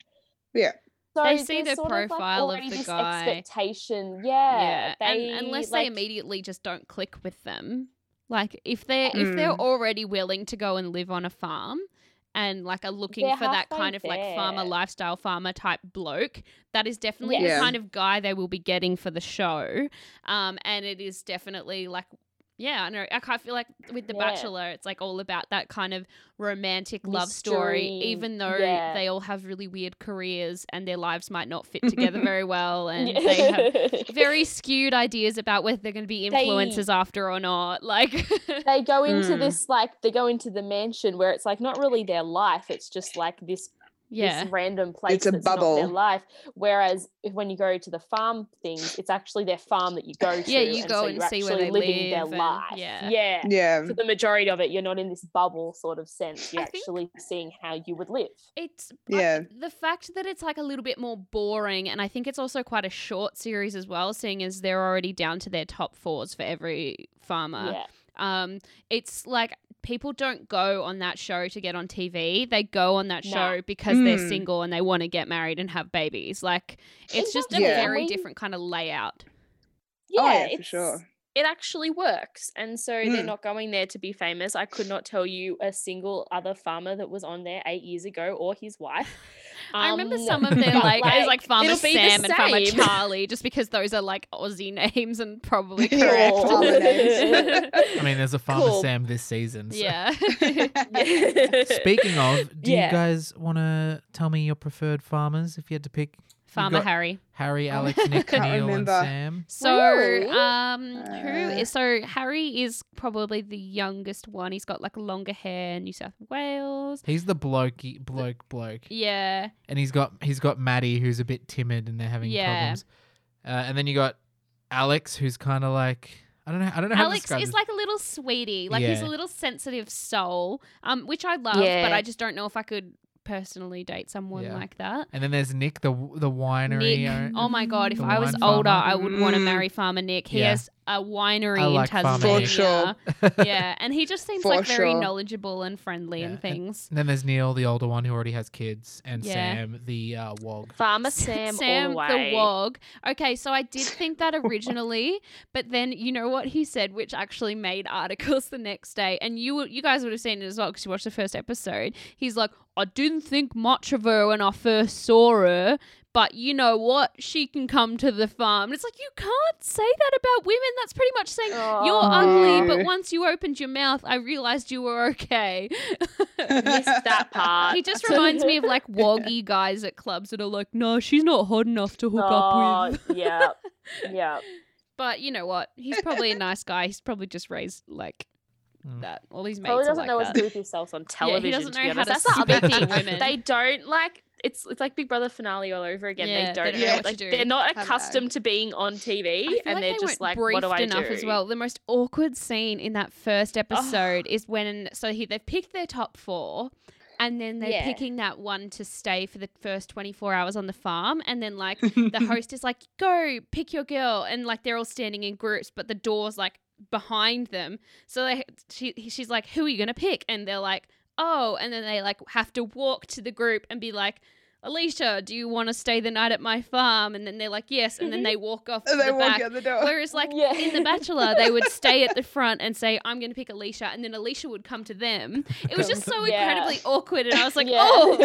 [SPEAKER 3] Yeah.
[SPEAKER 5] So
[SPEAKER 4] They see the
[SPEAKER 5] there's sort like,
[SPEAKER 4] profile of
[SPEAKER 5] already
[SPEAKER 4] the
[SPEAKER 5] this
[SPEAKER 4] guy.
[SPEAKER 5] Expectation, yeah.
[SPEAKER 4] and
[SPEAKER 5] They,
[SPEAKER 4] unless
[SPEAKER 5] like-
[SPEAKER 4] they immediately just don't click with them. Like if they're if they're
[SPEAKER 3] Mm.
[SPEAKER 4] already willing to go and live on a farm and like are looking
[SPEAKER 5] They're
[SPEAKER 4] for that
[SPEAKER 5] halfway
[SPEAKER 4] kind of like farmer
[SPEAKER 5] there.
[SPEAKER 4] lifestyle farmer type bloke, that is definitely
[SPEAKER 3] Yes.
[SPEAKER 4] the
[SPEAKER 3] Yeah.
[SPEAKER 4] kind of guy they will be getting for the show. Um and it is definitely like yeah, I know. I kind of feel like with The
[SPEAKER 5] Yeah.
[SPEAKER 4] Bachelor, it's like all about that kind of romantic love story,
[SPEAKER 5] Mystery,
[SPEAKER 4] even though
[SPEAKER 5] yeah.
[SPEAKER 4] they all have really weird careers and their lives might not fit together very well, and they have very skewed ideas about whether they're going to be
[SPEAKER 5] They-
[SPEAKER 4] influencers after or not. Like,
[SPEAKER 5] they go into
[SPEAKER 3] Mm.
[SPEAKER 5] this like they go into the mansion where it's like not really their life it's just like this
[SPEAKER 4] yeah,
[SPEAKER 5] this random place
[SPEAKER 3] a
[SPEAKER 5] that's not their
[SPEAKER 3] bubble.
[SPEAKER 5] life whereas if, when you go to the farm things it's actually their farm that you go to
[SPEAKER 4] Yeah, you go
[SPEAKER 5] so
[SPEAKER 4] and
[SPEAKER 5] you're
[SPEAKER 4] see where
[SPEAKER 5] actually
[SPEAKER 4] they
[SPEAKER 5] living their
[SPEAKER 4] live and-
[SPEAKER 5] life
[SPEAKER 4] yeah.
[SPEAKER 5] yeah
[SPEAKER 3] yeah. Oh,
[SPEAKER 5] for the majority of it you're not in this bubble sort of sense you're
[SPEAKER 4] I think-
[SPEAKER 5] actually seeing how you would live
[SPEAKER 4] it's I-
[SPEAKER 3] Yeah.
[SPEAKER 4] the fact that it's like a little bit more boring, and I think it's also quite a short series as well, seeing as they're already down to their top fours for every farmer.
[SPEAKER 5] yeah
[SPEAKER 4] Um, it's like people don't go on that show to get on TV. They go on that
[SPEAKER 5] No.
[SPEAKER 4] show because they're
[SPEAKER 3] Mm.
[SPEAKER 4] single and they want to get married and have babies. Like, it's just a
[SPEAKER 3] Exactly, and
[SPEAKER 4] very
[SPEAKER 5] we-
[SPEAKER 4] different kind of layout.
[SPEAKER 5] yeah,
[SPEAKER 3] oh, yeah, for
[SPEAKER 5] it's-
[SPEAKER 3] sure.
[SPEAKER 2] it actually works. And so they're
[SPEAKER 3] Mm.
[SPEAKER 2] not going there to be famous. I could not tell you a single other farmer that was on there eight years ago or his wife.
[SPEAKER 4] I remember
[SPEAKER 2] Um,
[SPEAKER 4] some of their
[SPEAKER 2] but,
[SPEAKER 4] like, it was like Farmer
[SPEAKER 2] it'll be the
[SPEAKER 4] Sam and Farmer
[SPEAKER 2] same.
[SPEAKER 4] Charlie, just because those are like Aussie names and probably
[SPEAKER 3] Yeah,
[SPEAKER 4] correct.
[SPEAKER 3] farmer
[SPEAKER 4] Yeah.
[SPEAKER 3] names.
[SPEAKER 1] I mean, there's a farmer
[SPEAKER 2] Cool.
[SPEAKER 1] Sam this season. so-
[SPEAKER 2] Yeah.
[SPEAKER 1] Speaking of, do you
[SPEAKER 2] Yeah.
[SPEAKER 1] guys want to tell me your preferred farmers if you had to pick
[SPEAKER 4] Farmer
[SPEAKER 1] got-
[SPEAKER 4] Harry.
[SPEAKER 1] Harry, Alex, Nick,
[SPEAKER 3] Can't
[SPEAKER 1] Neil, and
[SPEAKER 3] remember.
[SPEAKER 1] Sam?
[SPEAKER 4] So,
[SPEAKER 5] Really?
[SPEAKER 4] um, who
[SPEAKER 3] Uh.
[SPEAKER 4] is so Harry is probably the youngest one. He's got like longer hair, New South Wales.
[SPEAKER 1] He's the blokey, bloke, bloke,
[SPEAKER 4] Yeah,
[SPEAKER 1] and he's got he's got Maddie, who's a bit timid, and they're having
[SPEAKER 4] Yeah.
[SPEAKER 1] problems. Uh, and then you got Alex, who's kind of like I don't know, I don't know how to
[SPEAKER 4] Alex
[SPEAKER 1] describe
[SPEAKER 4] is
[SPEAKER 1] this.
[SPEAKER 4] like a little sweetie. Like he's a
[SPEAKER 1] Yeah.
[SPEAKER 4] little sensitive soul, um, which I love, but
[SPEAKER 2] Yeah.
[SPEAKER 4] I just don't know if I could personally date someone
[SPEAKER 1] Yeah.
[SPEAKER 4] like that.
[SPEAKER 1] And then there's Nick, the the winery.
[SPEAKER 4] Nick.
[SPEAKER 1] owner.
[SPEAKER 4] Oh my god! If
[SPEAKER 1] The
[SPEAKER 4] I was
[SPEAKER 1] wine
[SPEAKER 4] older,
[SPEAKER 1] farmer.
[SPEAKER 4] I would want to
[SPEAKER 3] Mm.
[SPEAKER 4] marry Farmer Nick. He
[SPEAKER 1] Yeah.
[SPEAKER 4] has a winery
[SPEAKER 1] I like
[SPEAKER 4] in
[SPEAKER 1] Farmer
[SPEAKER 4] Tasmania.
[SPEAKER 1] Nick.
[SPEAKER 3] For sure.
[SPEAKER 4] yeah, and he just seems
[SPEAKER 3] For
[SPEAKER 4] like very
[SPEAKER 3] sure.
[SPEAKER 4] knowledgeable and friendly
[SPEAKER 1] Yeah,
[SPEAKER 4] and
[SPEAKER 1] and-
[SPEAKER 4] things.
[SPEAKER 1] And then there's Neil, the older one who already has kids, and
[SPEAKER 4] Yeah.
[SPEAKER 1] Sam, the uh, wog.
[SPEAKER 2] Farmer Sam, all the way.
[SPEAKER 4] Wog. Okay, so I did think that originally, but then you know what he said, which actually made articles the next day, and you you guys would have seen it as well because you watched the first episode. He's like, I didn't think much of her when I first saw her, but you know what? She can come to the farm. And it's like, you can't say that about women. That's pretty much saying, you're
[SPEAKER 3] Oh.
[SPEAKER 4] ugly,
[SPEAKER 3] No.
[SPEAKER 4] but once you opened your mouth, I realized you were okay.
[SPEAKER 2] Missed that part.
[SPEAKER 4] he just reminds me of like woggy guys at clubs that are like, no, she's not hot enough to hook up with.
[SPEAKER 5] Oh, yeah, yeah.
[SPEAKER 4] But you know what? He's probably a nice guy. He's probably just raised like
[SPEAKER 1] Mm.
[SPEAKER 4] that. All these mates
[SPEAKER 5] Probably
[SPEAKER 4] are
[SPEAKER 5] doesn't
[SPEAKER 4] like
[SPEAKER 5] know what
[SPEAKER 4] that.
[SPEAKER 5] to do with yourself on television.
[SPEAKER 4] doesn't
[SPEAKER 5] to be
[SPEAKER 4] know how
[SPEAKER 5] honest.
[SPEAKER 4] to
[SPEAKER 5] That's the other
[SPEAKER 4] speak to
[SPEAKER 5] thing.
[SPEAKER 4] women.
[SPEAKER 5] They
[SPEAKER 2] They don't like it's it's like Big Brother finale all over again.
[SPEAKER 4] Yeah,
[SPEAKER 2] they
[SPEAKER 4] they
[SPEAKER 2] don't
[SPEAKER 4] don't
[SPEAKER 3] know
[SPEAKER 2] know-
[SPEAKER 3] what
[SPEAKER 4] to
[SPEAKER 2] like
[SPEAKER 4] do.
[SPEAKER 2] they're not
[SPEAKER 3] Hello.
[SPEAKER 2] accustomed to being on TV
[SPEAKER 4] I feel
[SPEAKER 2] and they're
[SPEAKER 4] they
[SPEAKER 2] just
[SPEAKER 4] weren't
[SPEAKER 2] like what do
[SPEAKER 4] briefed
[SPEAKER 2] I
[SPEAKER 4] enough
[SPEAKER 2] do?
[SPEAKER 4] as well. The most awkward scene in that first episode is when so he, they've picked their top four, and then they're
[SPEAKER 5] Yeah.
[SPEAKER 4] picking that one to stay for the first twenty four hours on the farm, and then like the host is like, "Go pick your girl," and like they're all standing in groups, but the door's like behind them. So they, she, he- she's like, "Who are you gonna pick?" And they're like, "Oh," and then they like have to walk to the group and be like. Alicia, do you want to stay the night at my farm? And then they're like, yes. And then they walk off. To
[SPEAKER 3] they
[SPEAKER 4] the
[SPEAKER 3] walk
[SPEAKER 4] back.
[SPEAKER 3] out the door.
[SPEAKER 4] Whereas, like
[SPEAKER 5] Yeah.
[SPEAKER 4] in The Bachelor, they would stay at the front and say, "I'm going to pick Alicia," and then Alicia would come to them. It was just so
[SPEAKER 5] Yeah.
[SPEAKER 4] incredibly awkward, and I was like,
[SPEAKER 5] Yeah.
[SPEAKER 4] "Oh,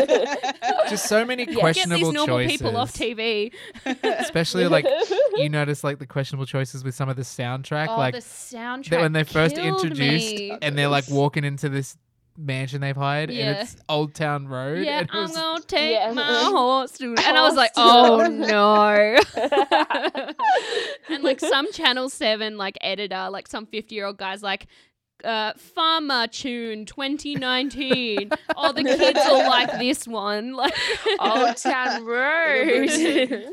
[SPEAKER 1] Just so many
[SPEAKER 5] Yeah.
[SPEAKER 4] get
[SPEAKER 1] questionable
[SPEAKER 4] these normal
[SPEAKER 1] choices.
[SPEAKER 4] people off TV."
[SPEAKER 1] Especially like you notice like the questionable choices with some of the soundtrack,
[SPEAKER 4] oh,
[SPEAKER 1] like
[SPEAKER 4] the soundtrack
[SPEAKER 1] that when they first
[SPEAKER 4] killed
[SPEAKER 1] introduced
[SPEAKER 4] me.
[SPEAKER 1] and they're like walking into this mansion they've hired and
[SPEAKER 4] Yeah.
[SPEAKER 1] it's Old Town Road.
[SPEAKER 4] Yeah,
[SPEAKER 1] and it
[SPEAKER 4] I'm
[SPEAKER 1] was-
[SPEAKER 4] gonna take
[SPEAKER 5] Yeah.
[SPEAKER 4] my horse to, and I was like, "Oh
[SPEAKER 5] Horse
[SPEAKER 4] no."
[SPEAKER 5] to-
[SPEAKER 4] and like some Channel Seven like editor, like some fifty-year-old guy's like, uh, "Farmer Tune 2019." oh, the kids will like this one. Like,
[SPEAKER 2] Old Town Road.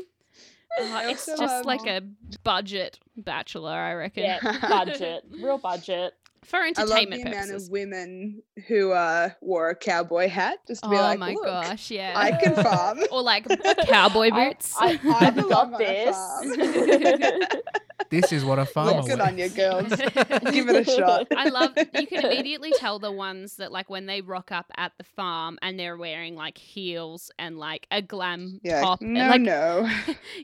[SPEAKER 4] Oh, it's
[SPEAKER 3] also
[SPEAKER 4] just
[SPEAKER 3] love-
[SPEAKER 4] like a budget Bachelor, I reckon,
[SPEAKER 5] Yeah. budget, real budget.
[SPEAKER 4] for
[SPEAKER 3] I love the
[SPEAKER 4] entertainment
[SPEAKER 3] amount
[SPEAKER 4] purposes.
[SPEAKER 3] of women who uh, wore a cowboy hat just to be
[SPEAKER 4] oh
[SPEAKER 3] like,
[SPEAKER 4] my
[SPEAKER 3] Look,
[SPEAKER 4] gosh, yeah.
[SPEAKER 3] I can farm.
[SPEAKER 4] or like cowboy
[SPEAKER 5] I-
[SPEAKER 4] boots.
[SPEAKER 5] I,
[SPEAKER 3] I
[SPEAKER 5] have
[SPEAKER 3] belong on
[SPEAKER 5] got
[SPEAKER 3] a
[SPEAKER 5] this.
[SPEAKER 3] farm.
[SPEAKER 1] This is what a farmer
[SPEAKER 3] Good on you,
[SPEAKER 1] wants.
[SPEAKER 3] girls. Give it a shot.
[SPEAKER 4] I love you can immediately tell the ones that like when they rock up at the farm and they're wearing like heels and like a glam
[SPEAKER 3] Yeah.
[SPEAKER 4] top. and,
[SPEAKER 3] no,
[SPEAKER 4] like,
[SPEAKER 3] no.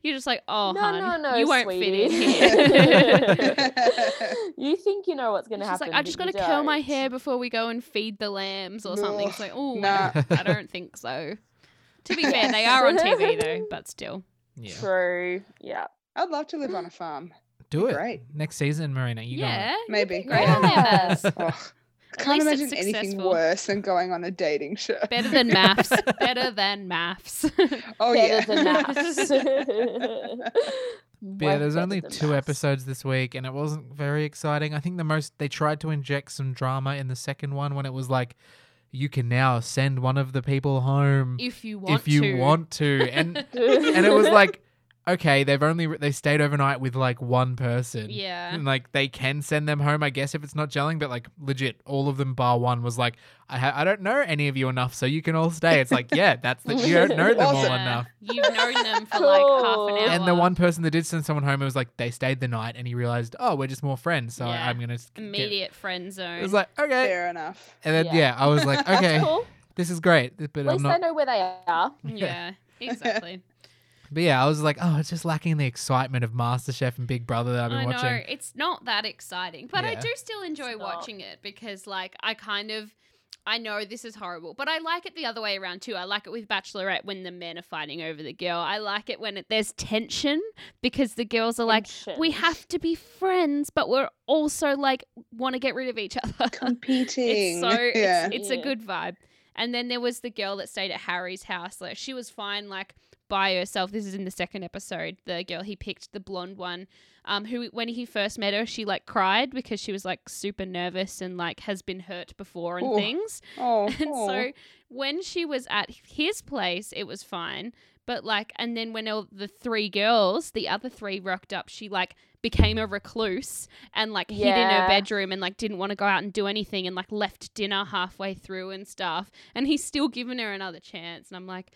[SPEAKER 4] You're just like, oh,
[SPEAKER 5] no,
[SPEAKER 4] hun,
[SPEAKER 5] no, no,
[SPEAKER 4] you won't
[SPEAKER 5] sweetie.
[SPEAKER 4] fit in here.
[SPEAKER 5] you think you know what's going to
[SPEAKER 4] She's
[SPEAKER 5] happen?
[SPEAKER 4] like, I just
[SPEAKER 5] but
[SPEAKER 4] got
[SPEAKER 5] you
[SPEAKER 4] to curl my
[SPEAKER 5] don't."
[SPEAKER 4] hair before we go and feed the lambs or something. It's like, oh,
[SPEAKER 3] nah.
[SPEAKER 4] I don't think so. To be fair, they are on TV though, but still.
[SPEAKER 1] Yeah.
[SPEAKER 5] True. Yeah.
[SPEAKER 3] I'd love to live on a farm.
[SPEAKER 1] Do it.
[SPEAKER 3] Great.
[SPEAKER 1] Next season, Marina. You
[SPEAKER 4] yeah.
[SPEAKER 3] Maybe.
[SPEAKER 4] Great
[SPEAKER 5] Yeah.
[SPEAKER 4] on members.
[SPEAKER 5] Oh,
[SPEAKER 3] Ugh. I can't
[SPEAKER 4] least it's
[SPEAKER 3] imagine anything
[SPEAKER 4] successful.
[SPEAKER 3] worse than going on a dating show.
[SPEAKER 4] Better than maths. Better than maths.
[SPEAKER 3] oh
[SPEAKER 5] better
[SPEAKER 3] yeah.
[SPEAKER 5] than maths.
[SPEAKER 1] But yeah,
[SPEAKER 5] Way
[SPEAKER 1] there's
[SPEAKER 5] better
[SPEAKER 1] only
[SPEAKER 5] than
[SPEAKER 1] two
[SPEAKER 5] maths.
[SPEAKER 1] episodes this week, and it wasn't very exciting. I think the most they tried to inject some drama in the second one when it was like, you can now send one of the people home
[SPEAKER 4] if you want
[SPEAKER 1] if you
[SPEAKER 4] to.
[SPEAKER 1] want to, and and it was like, okay, they've only they stayed overnight with like one person,
[SPEAKER 4] Yeah.
[SPEAKER 1] and like they can send them home, I guess, if it's not gelling. But like legit, all of them bar one was like, I ha- I don't know any of you enough, so you can all stay. It's like, yeah, that's the you don't know them all
[SPEAKER 3] Awesome.
[SPEAKER 1] enough.
[SPEAKER 4] You've known them for like half an
[SPEAKER 5] Cool.
[SPEAKER 4] hour.
[SPEAKER 1] And the one person that did send someone home, it was like they stayed the night, and he realized, oh, we're just more friends, so
[SPEAKER 4] Yeah.
[SPEAKER 1] I'm gonna s- get-"
[SPEAKER 4] immediate friend zone.
[SPEAKER 1] It was like okay,
[SPEAKER 3] Fair enough.
[SPEAKER 1] and then yeah.
[SPEAKER 5] Yeah.
[SPEAKER 1] I was like,
[SPEAKER 3] That's
[SPEAKER 1] okay,
[SPEAKER 5] cool.
[SPEAKER 1] this is great, th- but
[SPEAKER 5] At
[SPEAKER 1] I'm
[SPEAKER 5] least
[SPEAKER 1] not.
[SPEAKER 5] they know where they are.
[SPEAKER 4] yeah, exactly.
[SPEAKER 1] But yeah, I was like, oh, it's just lacking the excitement of MasterChef and Big Brother that I've been
[SPEAKER 4] I know
[SPEAKER 1] watching.
[SPEAKER 4] it's not that exciting, but I
[SPEAKER 1] Yeah.
[SPEAKER 4] do still enjoy
[SPEAKER 5] not.
[SPEAKER 4] watching it because, like, I kind of. I know this is horrible, but I like it the other way around too. I like it with Bachelorette when the men are fighting over the girl. I like it when it, there's tension because the girls are like, we have to be friends, but we're also like, want to get rid of each other. It's
[SPEAKER 3] Competing.
[SPEAKER 4] so it's,
[SPEAKER 3] yeah.
[SPEAKER 4] it's a
[SPEAKER 5] Yeah.
[SPEAKER 4] good vibe. And then there was the girl that stayed at Harry's house. Like she was fine, like by herself. This is in the second episode. The girl he picked, the blonde one, um, who when he first met her, she like cried because she was like super nervous and like has been hurt before and
[SPEAKER 3] Ooh.
[SPEAKER 4] things.
[SPEAKER 3] Oh,
[SPEAKER 4] And
[SPEAKER 3] oh.
[SPEAKER 4] so when she was at his place, it was fine. But like, and then when all the three girls, the other three rocked up, she like became a recluse and like hid in her
[SPEAKER 5] Yeah.
[SPEAKER 4] bedroom and like didn't want to go out and do anything and like left dinner halfway through and stuff. And he's still giving her another chance. And I'm like,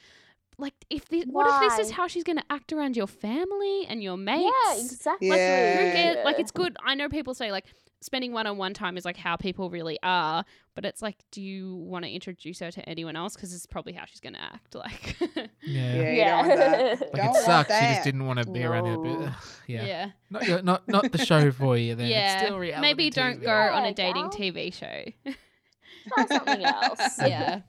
[SPEAKER 4] like if this, what if this is
[SPEAKER 5] Why?
[SPEAKER 4] how she's gonna act around your family and your mates?
[SPEAKER 5] Yeah, exactly.
[SPEAKER 4] Like,
[SPEAKER 3] Yeah.
[SPEAKER 4] who cares? Like, it's good. I know people say, like, spending one on one time is like how people really are, but it's like, do you want to introduce her to anyone else? Because it's probably how she's going to act. Like,
[SPEAKER 1] Yeah,
[SPEAKER 3] Yeah, you don't want that.
[SPEAKER 1] like uh,
[SPEAKER 5] Yeah.
[SPEAKER 3] Don't
[SPEAKER 1] it
[SPEAKER 3] want
[SPEAKER 1] sucks. You
[SPEAKER 3] that.
[SPEAKER 1] just didn't want to be around it. But,
[SPEAKER 5] No.
[SPEAKER 1] ugh, yeah.
[SPEAKER 4] yeah.
[SPEAKER 1] not your, not not the show for you. Then
[SPEAKER 4] Yeah.
[SPEAKER 1] it's still reality.
[SPEAKER 4] Maybe don't
[SPEAKER 1] TV.
[SPEAKER 4] go
[SPEAKER 3] Oh,
[SPEAKER 4] on a
[SPEAKER 5] Yeah,
[SPEAKER 4] dating
[SPEAKER 5] gal.
[SPEAKER 4] TV show.
[SPEAKER 5] Try something else.
[SPEAKER 4] yeah.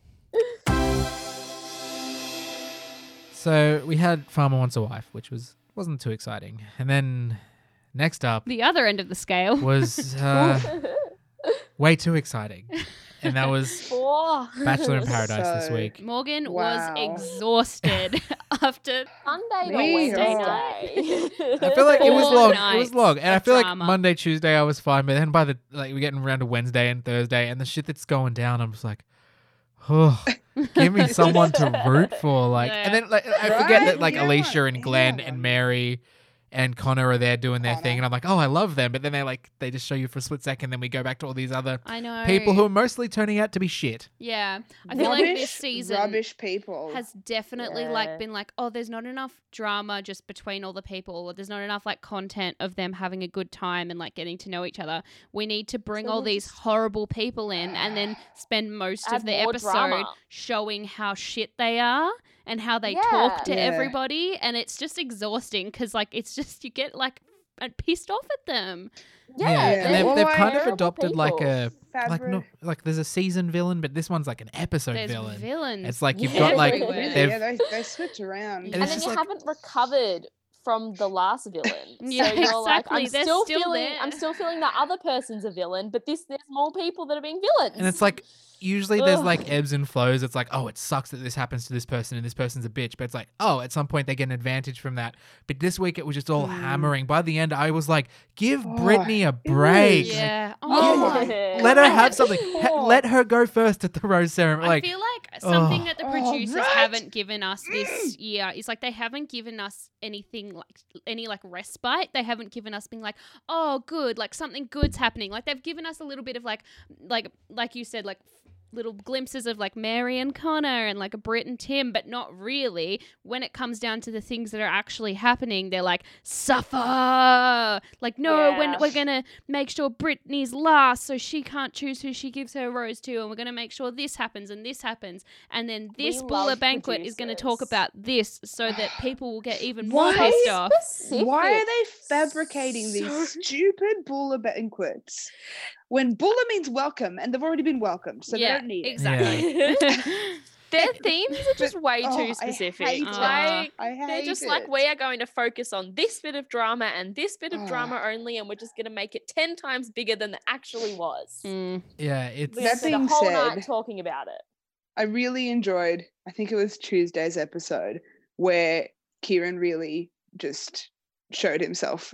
[SPEAKER 1] So we had Farmer Wants a Wife, which was wasn't too exciting. And then next up
[SPEAKER 4] The other end of the scale.
[SPEAKER 1] was uh, way too exciting, and that was
[SPEAKER 5] Four.
[SPEAKER 1] Bachelor in Paradise this
[SPEAKER 3] So-
[SPEAKER 1] week.
[SPEAKER 4] Morgan was
[SPEAKER 3] Wow.
[SPEAKER 4] exhausted after
[SPEAKER 5] Monday to
[SPEAKER 3] We
[SPEAKER 5] Wednesday
[SPEAKER 3] are-
[SPEAKER 5] night.
[SPEAKER 1] I feel like it was
[SPEAKER 4] Four
[SPEAKER 1] long. It
[SPEAKER 4] nights
[SPEAKER 1] was long, and I
[SPEAKER 4] of
[SPEAKER 1] feel like
[SPEAKER 4] drama.
[SPEAKER 1] Monday, Tuesday, I was fine, but then by the like we're getting around to Wednesday and Thursday, and the shit that's going down, I'm just like, oh, give me someone to root for. Like, and
[SPEAKER 4] Yeah.
[SPEAKER 1] then like I forget
[SPEAKER 3] Right?
[SPEAKER 1] that like
[SPEAKER 3] Yeah.
[SPEAKER 1] Alicia and Glenn and
[SPEAKER 3] Yeah.
[SPEAKER 1] Mary. And Connor are there doing their thing,
[SPEAKER 3] Connor.
[SPEAKER 1] and I'm like, oh, I love them. But then they like they just show you for a split second, then we go back to all these other
[SPEAKER 4] I know
[SPEAKER 1] people who are mostly turning out to be shit.
[SPEAKER 4] Yeah. I feel like this season
[SPEAKER 3] rubbish people.
[SPEAKER 4] has definitely like
[SPEAKER 5] Oh, Yeah.
[SPEAKER 4] been like, oh, there's not enough drama just between all the people, or there's not enough like content of them having a good time and like getting to know each other. We need to bring
[SPEAKER 5] So
[SPEAKER 4] all
[SPEAKER 5] we'll
[SPEAKER 4] these
[SPEAKER 5] just
[SPEAKER 4] horrible people in and then spend most of
[SPEAKER 5] add
[SPEAKER 4] the
[SPEAKER 5] more
[SPEAKER 4] episode
[SPEAKER 5] drama.
[SPEAKER 4] showing how shit they are and how they talk
[SPEAKER 5] Yeah.
[SPEAKER 4] to
[SPEAKER 3] Yeah.
[SPEAKER 4] everybody, and it's just exhausting because like it's just you get like and pissed off at them.
[SPEAKER 5] Yeah,
[SPEAKER 1] and they've,
[SPEAKER 5] they're
[SPEAKER 1] they've kind of
[SPEAKER 5] terrible
[SPEAKER 1] adopted like
[SPEAKER 5] people.
[SPEAKER 1] a like no,
[SPEAKER 3] Fabric.
[SPEAKER 1] like there's a season villain, but this one's like an episode
[SPEAKER 4] There's
[SPEAKER 1] villain.
[SPEAKER 4] villains.
[SPEAKER 1] It's like you've
[SPEAKER 5] Yeah.
[SPEAKER 1] got like
[SPEAKER 4] Everywhere.
[SPEAKER 1] they've
[SPEAKER 3] yeah, they, they switch around.
[SPEAKER 4] And
[SPEAKER 5] and
[SPEAKER 1] it's
[SPEAKER 5] then
[SPEAKER 1] just
[SPEAKER 5] you
[SPEAKER 1] like-
[SPEAKER 5] haven't recovered from the last villain.
[SPEAKER 4] Yeah,
[SPEAKER 5] so you're like,
[SPEAKER 4] exactly,
[SPEAKER 5] I'm
[SPEAKER 4] they're
[SPEAKER 5] still,
[SPEAKER 4] still
[SPEAKER 5] feeling, I'm
[SPEAKER 4] there.
[SPEAKER 5] still feeling that other person's a villain, but this there's more people that are being villains.
[SPEAKER 1] and it's like usually there's
[SPEAKER 5] Ugh.
[SPEAKER 1] like ebbs and flows. It's like oh, it sucks that this happens to this person and this person's a bitch, but it's like oh, at some point they get an advantage from that. But this week it was just all
[SPEAKER 3] Mm.
[SPEAKER 1] hammering. By the end, I was like, give
[SPEAKER 3] Oh,
[SPEAKER 1] Brittany a
[SPEAKER 3] was-
[SPEAKER 1] break. Like,
[SPEAKER 4] yeah.
[SPEAKER 1] Oh
[SPEAKER 4] my
[SPEAKER 1] my Let her have something. Ha-
[SPEAKER 3] God.
[SPEAKER 1] let her go first at the rose ceremony. Like
[SPEAKER 4] I feel like something
[SPEAKER 1] Ugh.
[SPEAKER 4] that the
[SPEAKER 3] Oh,
[SPEAKER 4] producers
[SPEAKER 3] right. Mm.
[SPEAKER 4] haven't given us this year is like they haven't given us anything like any like respite. They haven't given us being like, oh, good, like something good's happening. Like they've given us a little bit of like, like, like you said, like little glimpses of like Mary and Connor and like a Brit and Tim, but not really. When it comes down to the things that are actually happening, they're like, suffer. Like, no, when
[SPEAKER 5] Yeah.
[SPEAKER 4] we're gonna make sure Brittany's last so she can't choose who she gives her rose to, and we're gonna make sure this happens and this happens, and then this
[SPEAKER 5] We
[SPEAKER 4] baller
[SPEAKER 5] love
[SPEAKER 4] banquet is gonna talk
[SPEAKER 5] producers.
[SPEAKER 4] about this so that people will get even more
[SPEAKER 3] Why
[SPEAKER 4] pissed
[SPEAKER 3] is
[SPEAKER 4] off.
[SPEAKER 3] Why are they fabricating
[SPEAKER 5] So-
[SPEAKER 3] these stupid Bulla banquets when Bulla means welcome and they've already been welcomed, so
[SPEAKER 4] Yeah,
[SPEAKER 3] they don't need it.
[SPEAKER 4] Exactly.
[SPEAKER 2] Their themes are just way
[SPEAKER 3] oh, I
[SPEAKER 2] too specific.
[SPEAKER 3] hate
[SPEAKER 4] it.
[SPEAKER 2] Like
[SPEAKER 3] I hate
[SPEAKER 2] they're just like
[SPEAKER 3] it.
[SPEAKER 2] we are going to focus on this bit of drama and this bit of
[SPEAKER 3] Ugh.
[SPEAKER 4] Ah.
[SPEAKER 2] drama only, and we're just going to make it ten times bigger than it actually was.
[SPEAKER 4] Mm.
[SPEAKER 1] yeah, it's
[SPEAKER 5] We
[SPEAKER 3] That
[SPEAKER 5] spent
[SPEAKER 3] being
[SPEAKER 5] a whole night
[SPEAKER 3] said-
[SPEAKER 5] talking about it.
[SPEAKER 3] I really enjoyed, I think it was Tuesday's episode where Kieran really just showed himself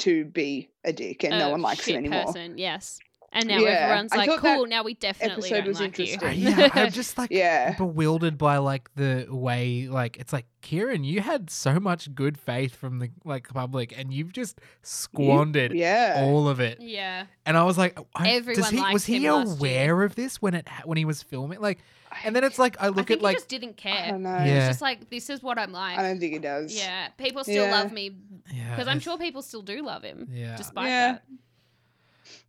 [SPEAKER 3] to be a dick and
[SPEAKER 4] A
[SPEAKER 3] no one likes
[SPEAKER 4] shit
[SPEAKER 3] him anymore.
[SPEAKER 4] Person, yes. And now
[SPEAKER 3] Yeah,
[SPEAKER 4] everyone's
[SPEAKER 3] I
[SPEAKER 4] like,
[SPEAKER 3] thought that
[SPEAKER 4] cool. Now we definitely
[SPEAKER 3] episode
[SPEAKER 4] don't
[SPEAKER 3] was
[SPEAKER 4] like you.
[SPEAKER 1] Uh,
[SPEAKER 3] interesting.
[SPEAKER 1] yeah, I'm just like
[SPEAKER 3] Yeah.
[SPEAKER 1] bewildered by like the way like it's like Kieran, you had so much good faith from the like public, and you've just squandered
[SPEAKER 3] Yeah.
[SPEAKER 1] all of it.
[SPEAKER 4] yeah.
[SPEAKER 1] And I was like, I, does
[SPEAKER 4] Everyone
[SPEAKER 1] he
[SPEAKER 4] liked
[SPEAKER 1] was he
[SPEAKER 4] him last year.
[SPEAKER 1] aware of this when it ha- when he was filming? Like, Oh. and then it's like I
[SPEAKER 4] I
[SPEAKER 1] look
[SPEAKER 4] think
[SPEAKER 1] at like
[SPEAKER 4] he just didn't
[SPEAKER 3] I
[SPEAKER 4] care.
[SPEAKER 3] don't know.
[SPEAKER 1] Yeah.
[SPEAKER 4] It's just like this is what I'm
[SPEAKER 3] I
[SPEAKER 4] like.
[SPEAKER 3] don't think he does.
[SPEAKER 4] Yeah, people still
[SPEAKER 3] Yeah.
[SPEAKER 4] love me
[SPEAKER 1] yeah,
[SPEAKER 4] because I'm
[SPEAKER 1] Uh, it's-
[SPEAKER 4] sure people still do love him,
[SPEAKER 1] yeah.
[SPEAKER 4] despite
[SPEAKER 3] Yeah.
[SPEAKER 4] that.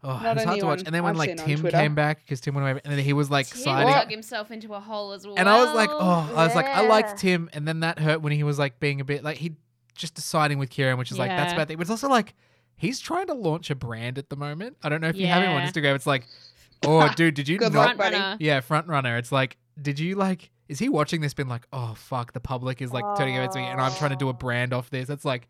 [SPEAKER 1] Oh, it was
[SPEAKER 3] Not
[SPEAKER 1] hard to watch.
[SPEAKER 3] anyone
[SPEAKER 1] And then when
[SPEAKER 3] I've
[SPEAKER 1] like
[SPEAKER 3] seen on
[SPEAKER 1] Tim
[SPEAKER 3] Twitter.
[SPEAKER 1] came back because Tim went away, and then he was like
[SPEAKER 4] Tim
[SPEAKER 1] siding.
[SPEAKER 4] dug himself into a hole as well.
[SPEAKER 1] And I was like, oh, I was like, I
[SPEAKER 5] yeah.
[SPEAKER 1] liked Tim, and then that hurt when he was like being a bit like he just deciding with Kieran, which is like that's
[SPEAKER 4] Yeah.
[SPEAKER 1] bad thing. But it's also like he's trying to launch a brand at the moment. I don't know if you have him on
[SPEAKER 4] Yeah.
[SPEAKER 1] Instagram. It's like, oh, dude, did you
[SPEAKER 3] Good
[SPEAKER 1] not?
[SPEAKER 3] luck, buddy.
[SPEAKER 4] Frontrunner.
[SPEAKER 1] Yeah, front runner. It's like, did you like? Is he watching this? Been like, oh fuck, the public is like turning against me, and I'm trying to do a
[SPEAKER 5] Oh.
[SPEAKER 1] brand off this. It's like.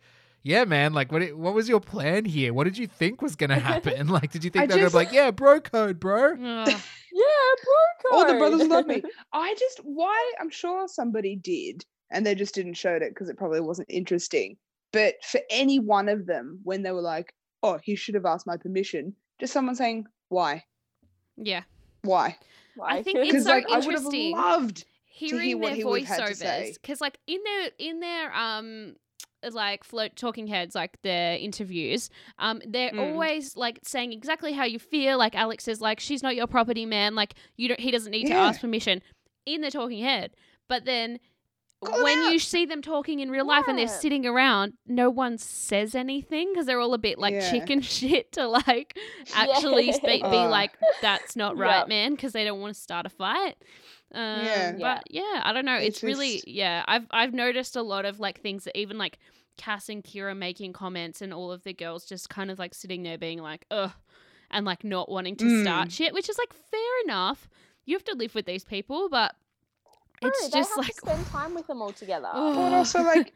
[SPEAKER 1] Yeah, man. Like, what? What was your plan here? What did you think was gonna happen? Like, did you
[SPEAKER 3] I
[SPEAKER 1] think they were gonna
[SPEAKER 3] just-
[SPEAKER 1] be like, yeah, bro code, bro?
[SPEAKER 4] Ugh.
[SPEAKER 5] Yeah, bro.
[SPEAKER 3] All the brothers love me. I just why I'm sure somebody did and they just didn't show it because it probably wasn't interesting. But for any one of them, when they were like, "Oh, he should have asked my permission," just someone saying, "Why?
[SPEAKER 4] yeah.
[SPEAKER 3] Why?"
[SPEAKER 4] I think It's
[SPEAKER 3] Because
[SPEAKER 4] so
[SPEAKER 3] like I would
[SPEAKER 4] interesting.
[SPEAKER 3] have loved. hear
[SPEAKER 4] hearing
[SPEAKER 3] what
[SPEAKER 4] their
[SPEAKER 3] he would've had to say.
[SPEAKER 4] voiceovers because like in their in their um like float talking heads like their interviews um they're
[SPEAKER 3] Mm.
[SPEAKER 4] always like saying exactly how you feel like alex is like she's not your property man like you don't he doesn't need to
[SPEAKER 3] Yeah.
[SPEAKER 4] ask permission in the talking head but then
[SPEAKER 3] Call him
[SPEAKER 4] when you
[SPEAKER 3] out.
[SPEAKER 4] see them talking in real life and they're
[SPEAKER 5] Yeah.
[SPEAKER 4] sitting around no one says anything because they're all a bit like
[SPEAKER 3] Yeah.
[SPEAKER 4] chicken shit to like actually speak, be
[SPEAKER 3] Uh.
[SPEAKER 4] like that's not
[SPEAKER 5] Yeah.
[SPEAKER 4] right man because they don't want to start a fight um,
[SPEAKER 3] Yeah.
[SPEAKER 4] but yeah, I don't know. It's,
[SPEAKER 3] It's
[SPEAKER 4] really
[SPEAKER 3] just-
[SPEAKER 4] yeah. I've I've noticed a lot of like things that even like Cass and Kira making comments and all of the girls just kind of like sitting there being like ugh, and like not
[SPEAKER 3] Mm.
[SPEAKER 4] wanting to start shit, which is like fair enough. You have to live with these people, but It's
[SPEAKER 5] they
[SPEAKER 4] just
[SPEAKER 5] have
[SPEAKER 4] like- Oh.
[SPEAKER 5] to spend time with them all together.
[SPEAKER 4] Ugh.
[SPEAKER 3] But also, like,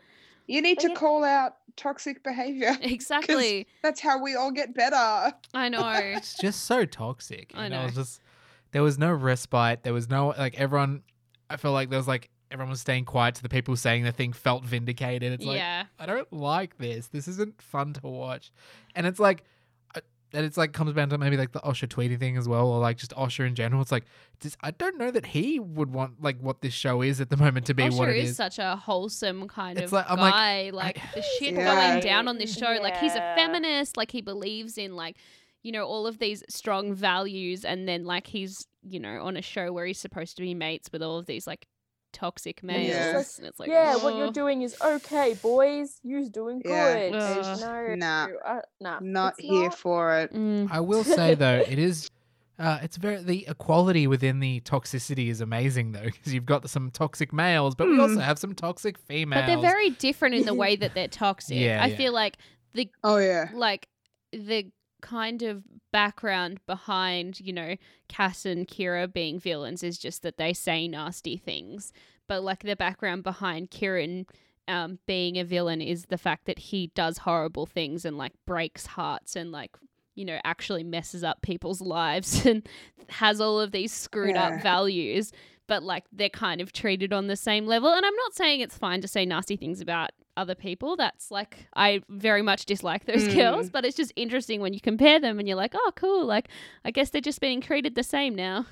[SPEAKER 3] you need
[SPEAKER 5] They
[SPEAKER 3] to
[SPEAKER 5] get-
[SPEAKER 3] call out toxic behavior.
[SPEAKER 4] Exactly.
[SPEAKER 3] That's how we all get better.
[SPEAKER 4] I know.
[SPEAKER 1] it's just so toxic.
[SPEAKER 4] I
[SPEAKER 1] you It
[SPEAKER 4] know.
[SPEAKER 1] was just there was no respite. There was no like everyone. I felt like there was like everyone was staying quiet. So the people saying the thing felt vindicated. It's like
[SPEAKER 4] yeah.
[SPEAKER 1] I don't like this. This isn't fun to watch. And it's like, I- and it's like comes down to maybe like the Osher Tweety thing as well, or like just Osher in general. It's like, just, I don't know that he would want like what this show is at the moment to be what
[SPEAKER 4] Usher
[SPEAKER 1] it
[SPEAKER 4] is,
[SPEAKER 1] is.
[SPEAKER 4] such a wholesome kind
[SPEAKER 1] It's
[SPEAKER 4] of
[SPEAKER 1] like- I'm like,
[SPEAKER 4] guy. Like, the shit
[SPEAKER 3] Yeah.
[SPEAKER 4] going down on this show. Like he's a
[SPEAKER 5] Yeah.
[SPEAKER 4] feminist. Like he believes in like you know all of these strong values, and then like he's you know on a show where he's supposed to be mates with all of these like toxic males.
[SPEAKER 3] Yes.
[SPEAKER 4] And it's like
[SPEAKER 5] yeah, what you're
[SPEAKER 4] "Ugh."
[SPEAKER 5] doing is okay, boys. You're doing
[SPEAKER 3] Yeah,
[SPEAKER 5] good.
[SPEAKER 4] it's-
[SPEAKER 5] no,
[SPEAKER 3] Nah.
[SPEAKER 5] uh, nah,
[SPEAKER 3] Not
[SPEAKER 5] it's
[SPEAKER 3] here
[SPEAKER 5] not-
[SPEAKER 3] for it.
[SPEAKER 4] Mm.
[SPEAKER 1] I will say though, it is. Uh, it's very the equality within the toxicity is amazing though because you've got some toxic males, but we
[SPEAKER 3] Hmm.
[SPEAKER 1] also have some toxic females.
[SPEAKER 4] Mm. But they're very different in the way that they're toxic.
[SPEAKER 1] Yeah,
[SPEAKER 4] I
[SPEAKER 1] yeah.
[SPEAKER 4] feel like
[SPEAKER 3] Oh, yeah.
[SPEAKER 4] like the kind of background behind you know cass and kira being villains is just that they say nasty things but like the background behind kieran um, being a villain is the fact that he does horrible things and like breaks hearts and like you know actually messes up people's lives and has all of these screwed up
[SPEAKER 3] Yeah.
[SPEAKER 4] values but like they're kind of treated on the same level and i'm not saying it's fine to say nasty things about other people that's like i very much dislike those
[SPEAKER 3] Mm.
[SPEAKER 4] girls but it's just interesting when you compare them and you're like oh cool like i guess they're just being treated the same now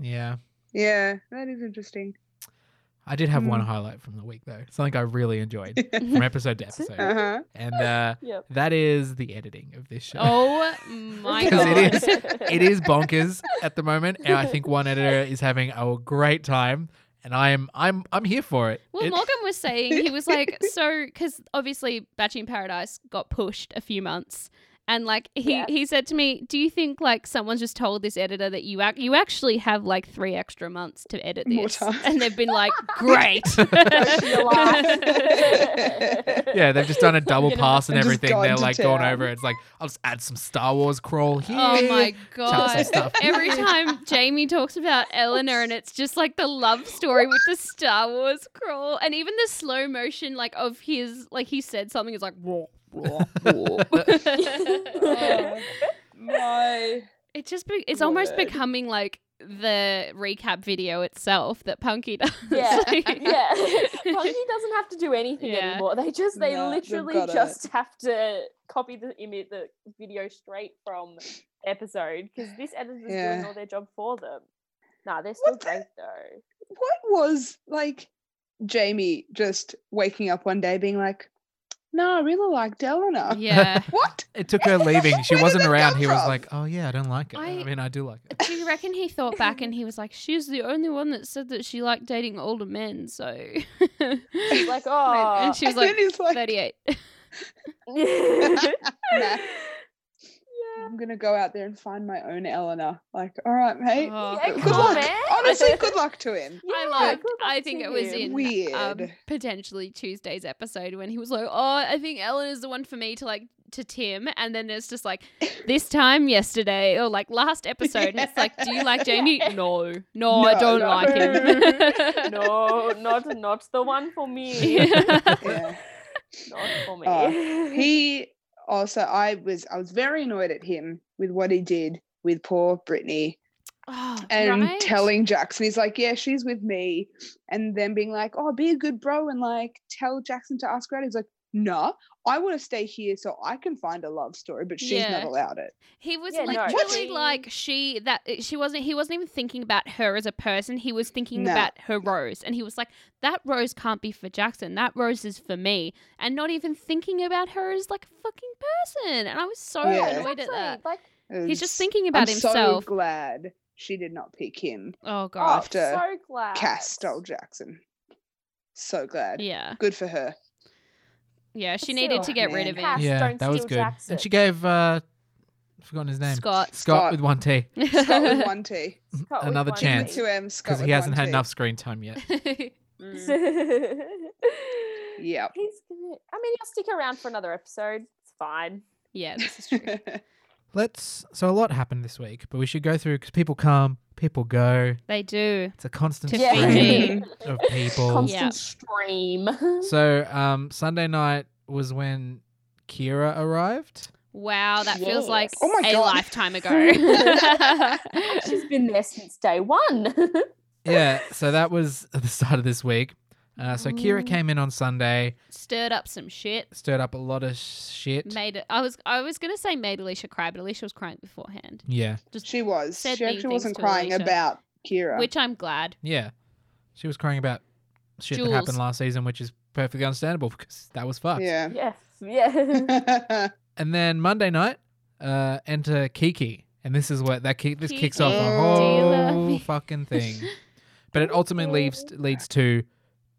[SPEAKER 1] yeah.
[SPEAKER 3] Yeah, that is interesting.
[SPEAKER 1] I did have
[SPEAKER 4] Mm.
[SPEAKER 1] one
[SPEAKER 3] Hmm.
[SPEAKER 1] highlight from the week though, something I really enjoyed
[SPEAKER 3] uh
[SPEAKER 1] from episode to episode,
[SPEAKER 3] huh.
[SPEAKER 1] and uh,
[SPEAKER 5] Yep.
[SPEAKER 1] that is the editing of this show.
[SPEAKER 4] oh my
[SPEAKER 1] 'Cause
[SPEAKER 4] god
[SPEAKER 1] it is- it is bonkers at the moment, and I think one editor is having a great time, and I'm I'm I'm here for it.
[SPEAKER 4] Well,
[SPEAKER 1] It-
[SPEAKER 4] Morgan was saying he was like, so because obviously Batching Paradise got pushed a few months, and like he
[SPEAKER 5] Yeah.
[SPEAKER 4] he said to me, "Do you think like someone's just told this editor that you ac- you actually have like three extra months to edit
[SPEAKER 3] More
[SPEAKER 4] this?"
[SPEAKER 3] time.
[SPEAKER 4] And they've been like, "Great."
[SPEAKER 5] Your laugh.
[SPEAKER 1] yeah, they've just done a double pass and
[SPEAKER 3] Just
[SPEAKER 1] everything.
[SPEAKER 3] gone
[SPEAKER 1] They're
[SPEAKER 3] to
[SPEAKER 1] like going
[SPEAKER 3] town.
[SPEAKER 1] over it. It's like I'll just add some Star Wars crawl here.
[SPEAKER 4] Oh my
[SPEAKER 1] chuck some
[SPEAKER 4] god.
[SPEAKER 1] stuff.
[SPEAKER 4] Every time Jamie talks about Eleanor and it's just like the love story with the Star Wars crawl and even the slow motion like of his like he said something is like raw, raw, Oh raw.
[SPEAKER 5] Oh.
[SPEAKER 3] my.
[SPEAKER 4] It just be- it's almost
[SPEAKER 3] Word.
[SPEAKER 4] becoming like the recap video itself that Punky does.
[SPEAKER 5] Yeah,
[SPEAKER 4] Like-
[SPEAKER 5] yeah. Punky doesn't have to do anything
[SPEAKER 4] Yeah.
[SPEAKER 5] anymore. They just they
[SPEAKER 3] No, they've
[SPEAKER 5] literally
[SPEAKER 3] got it.
[SPEAKER 5] just have to copy the image the video straight from the episode because this editor's
[SPEAKER 3] Yeah.
[SPEAKER 5] doing all their job for them. Nah, they're still
[SPEAKER 3] What the-
[SPEAKER 5] great though.
[SPEAKER 3] What was like Jamie just waking up one day being like, no, I really liked Eleanor?
[SPEAKER 4] Yeah.
[SPEAKER 3] What?
[SPEAKER 1] It took her leaving. She
[SPEAKER 3] Where did
[SPEAKER 1] wasn't
[SPEAKER 3] it
[SPEAKER 1] around.
[SPEAKER 3] come
[SPEAKER 1] He was
[SPEAKER 3] from?
[SPEAKER 1] like, "Oh yeah, I don't like it. I,
[SPEAKER 4] I-
[SPEAKER 1] mean, I do like it."
[SPEAKER 4] Do you reckon he thought back and he was like, "She's the only one that said that she liked dating older men." So,
[SPEAKER 5] She's like, oh,
[SPEAKER 4] and she was
[SPEAKER 3] And
[SPEAKER 4] like
[SPEAKER 3] then he's like,
[SPEAKER 4] thirty-eight.
[SPEAKER 3] nah, I'm going to go out there and find my own Eleanor. Like, all right, mate.
[SPEAKER 4] Oh,
[SPEAKER 5] Yeah,
[SPEAKER 3] good
[SPEAKER 4] God.
[SPEAKER 5] cool,
[SPEAKER 3] luck.
[SPEAKER 5] man.
[SPEAKER 3] Honestly, good luck to him.
[SPEAKER 4] I
[SPEAKER 5] Yeah,
[SPEAKER 4] loved.
[SPEAKER 5] good
[SPEAKER 4] I
[SPEAKER 5] luck
[SPEAKER 4] think
[SPEAKER 5] to
[SPEAKER 4] it was
[SPEAKER 5] him.
[SPEAKER 4] in um,
[SPEAKER 3] Weird.
[SPEAKER 4] potentially Tuesday's episode when he was like, "Oh, I think Ellen is the one for me to like to Tim," and then it's just like this time yesterday or like last episode, and it's like, "Do you like Jamie?" No, no, I
[SPEAKER 3] No,
[SPEAKER 4] don't
[SPEAKER 3] no.
[SPEAKER 4] like him.
[SPEAKER 5] no, not not the one for me.
[SPEAKER 3] yeah.
[SPEAKER 5] Not for me.
[SPEAKER 3] Uh, he also i was i was very annoyed at him with what he did with poor brittany
[SPEAKER 4] Oh,
[SPEAKER 3] and
[SPEAKER 4] right?
[SPEAKER 3] telling jackson he's like yeah she's with me and then being like oh be a good bro and like tell jackson to ask her out he's like nah i want to stay here so i can find a love story but she's
[SPEAKER 4] Yeah.
[SPEAKER 3] not allowed it
[SPEAKER 4] He was
[SPEAKER 5] Yeah, no,
[SPEAKER 4] literally
[SPEAKER 5] What?
[SPEAKER 4] like she that eh, she wasn't he wasn't even thinking about her as a person. He was thinking
[SPEAKER 3] No.
[SPEAKER 4] about her rose and he was like that rose can't be for Jackson. That rose is for me and not even thinking about her as like a fucking person. And I was so
[SPEAKER 3] Yeah.
[SPEAKER 4] annoyed at that.
[SPEAKER 5] Exactly, Like,
[SPEAKER 3] It
[SPEAKER 4] He's just
[SPEAKER 3] was-
[SPEAKER 4] thinking about
[SPEAKER 3] I'm
[SPEAKER 4] himself.
[SPEAKER 3] so glad she did not pick him
[SPEAKER 4] oh
[SPEAKER 5] oh,
[SPEAKER 4] god.
[SPEAKER 3] After
[SPEAKER 5] so glad.
[SPEAKER 3] cass stole jackson so glad
[SPEAKER 4] Yeah.
[SPEAKER 3] good for her
[SPEAKER 4] Yeah, she
[SPEAKER 5] Still,
[SPEAKER 4] needed to get rid of him.
[SPEAKER 3] man.
[SPEAKER 5] Cass,
[SPEAKER 1] Yeah,
[SPEAKER 5] don't
[SPEAKER 1] that was
[SPEAKER 5] steal
[SPEAKER 1] good.
[SPEAKER 5] Jackson.
[SPEAKER 1] And she gave uh, I've forgotten his name.
[SPEAKER 4] Scott.
[SPEAKER 1] Scott
[SPEAKER 3] Scott.
[SPEAKER 1] with one T
[SPEAKER 3] scott with one t
[SPEAKER 5] Scott with
[SPEAKER 1] another
[SPEAKER 5] one
[SPEAKER 1] chance.
[SPEAKER 5] knee.
[SPEAKER 3] to him scott
[SPEAKER 1] because he
[SPEAKER 3] with
[SPEAKER 1] hasn't
[SPEAKER 3] one
[SPEAKER 1] had
[SPEAKER 3] T.
[SPEAKER 1] enough screen time yet.
[SPEAKER 3] Mm.
[SPEAKER 5] He's
[SPEAKER 3] yep
[SPEAKER 5] gonna. I mean, he'll stick around for another episode. It's fine.
[SPEAKER 4] yeah, this is true.
[SPEAKER 1] Let's. So a lot happened this week, but we should go through because people come, People go.
[SPEAKER 4] They do.
[SPEAKER 1] It's a constant
[SPEAKER 4] To
[SPEAKER 5] Yeah.
[SPEAKER 1] stream of people.
[SPEAKER 4] Yeah.
[SPEAKER 5] Constant stream.
[SPEAKER 1] So um, Sunday night was when Kira arrived.
[SPEAKER 4] Wow, that feels like
[SPEAKER 5] Yes.
[SPEAKER 3] Oh my
[SPEAKER 4] a
[SPEAKER 3] God.
[SPEAKER 4] lifetime ago.
[SPEAKER 5] She's been there since day one.
[SPEAKER 1] Yeah. So that was at the start of this week. Uh, so Kira
[SPEAKER 5] Mm.
[SPEAKER 1] came in on Sunday,
[SPEAKER 4] Stirred up some shit.
[SPEAKER 1] stirred up a lot of shit.
[SPEAKER 4] Made it. I was. I was gonna say made Alicia cry, but Alicia was crying beforehand,
[SPEAKER 1] Yeah.
[SPEAKER 3] She was.
[SPEAKER 4] Said
[SPEAKER 3] she
[SPEAKER 4] mean
[SPEAKER 3] actually
[SPEAKER 4] things
[SPEAKER 3] wasn't
[SPEAKER 4] to
[SPEAKER 3] crying
[SPEAKER 4] Alicia.
[SPEAKER 3] about Kira.
[SPEAKER 4] which I'm glad.
[SPEAKER 1] Yeah. She was crying about shit
[SPEAKER 4] Jules.
[SPEAKER 1] that happened last season, which is perfectly understandable because that was fucked.
[SPEAKER 3] yeah.
[SPEAKER 5] yes. Yeah.
[SPEAKER 1] And then Monday night, uh, enter Kiki, and this is what that ki- this kicks off
[SPEAKER 3] Kiki.
[SPEAKER 1] the
[SPEAKER 4] Dealer.
[SPEAKER 1] whole fucking thing. But it ultimately leads leads to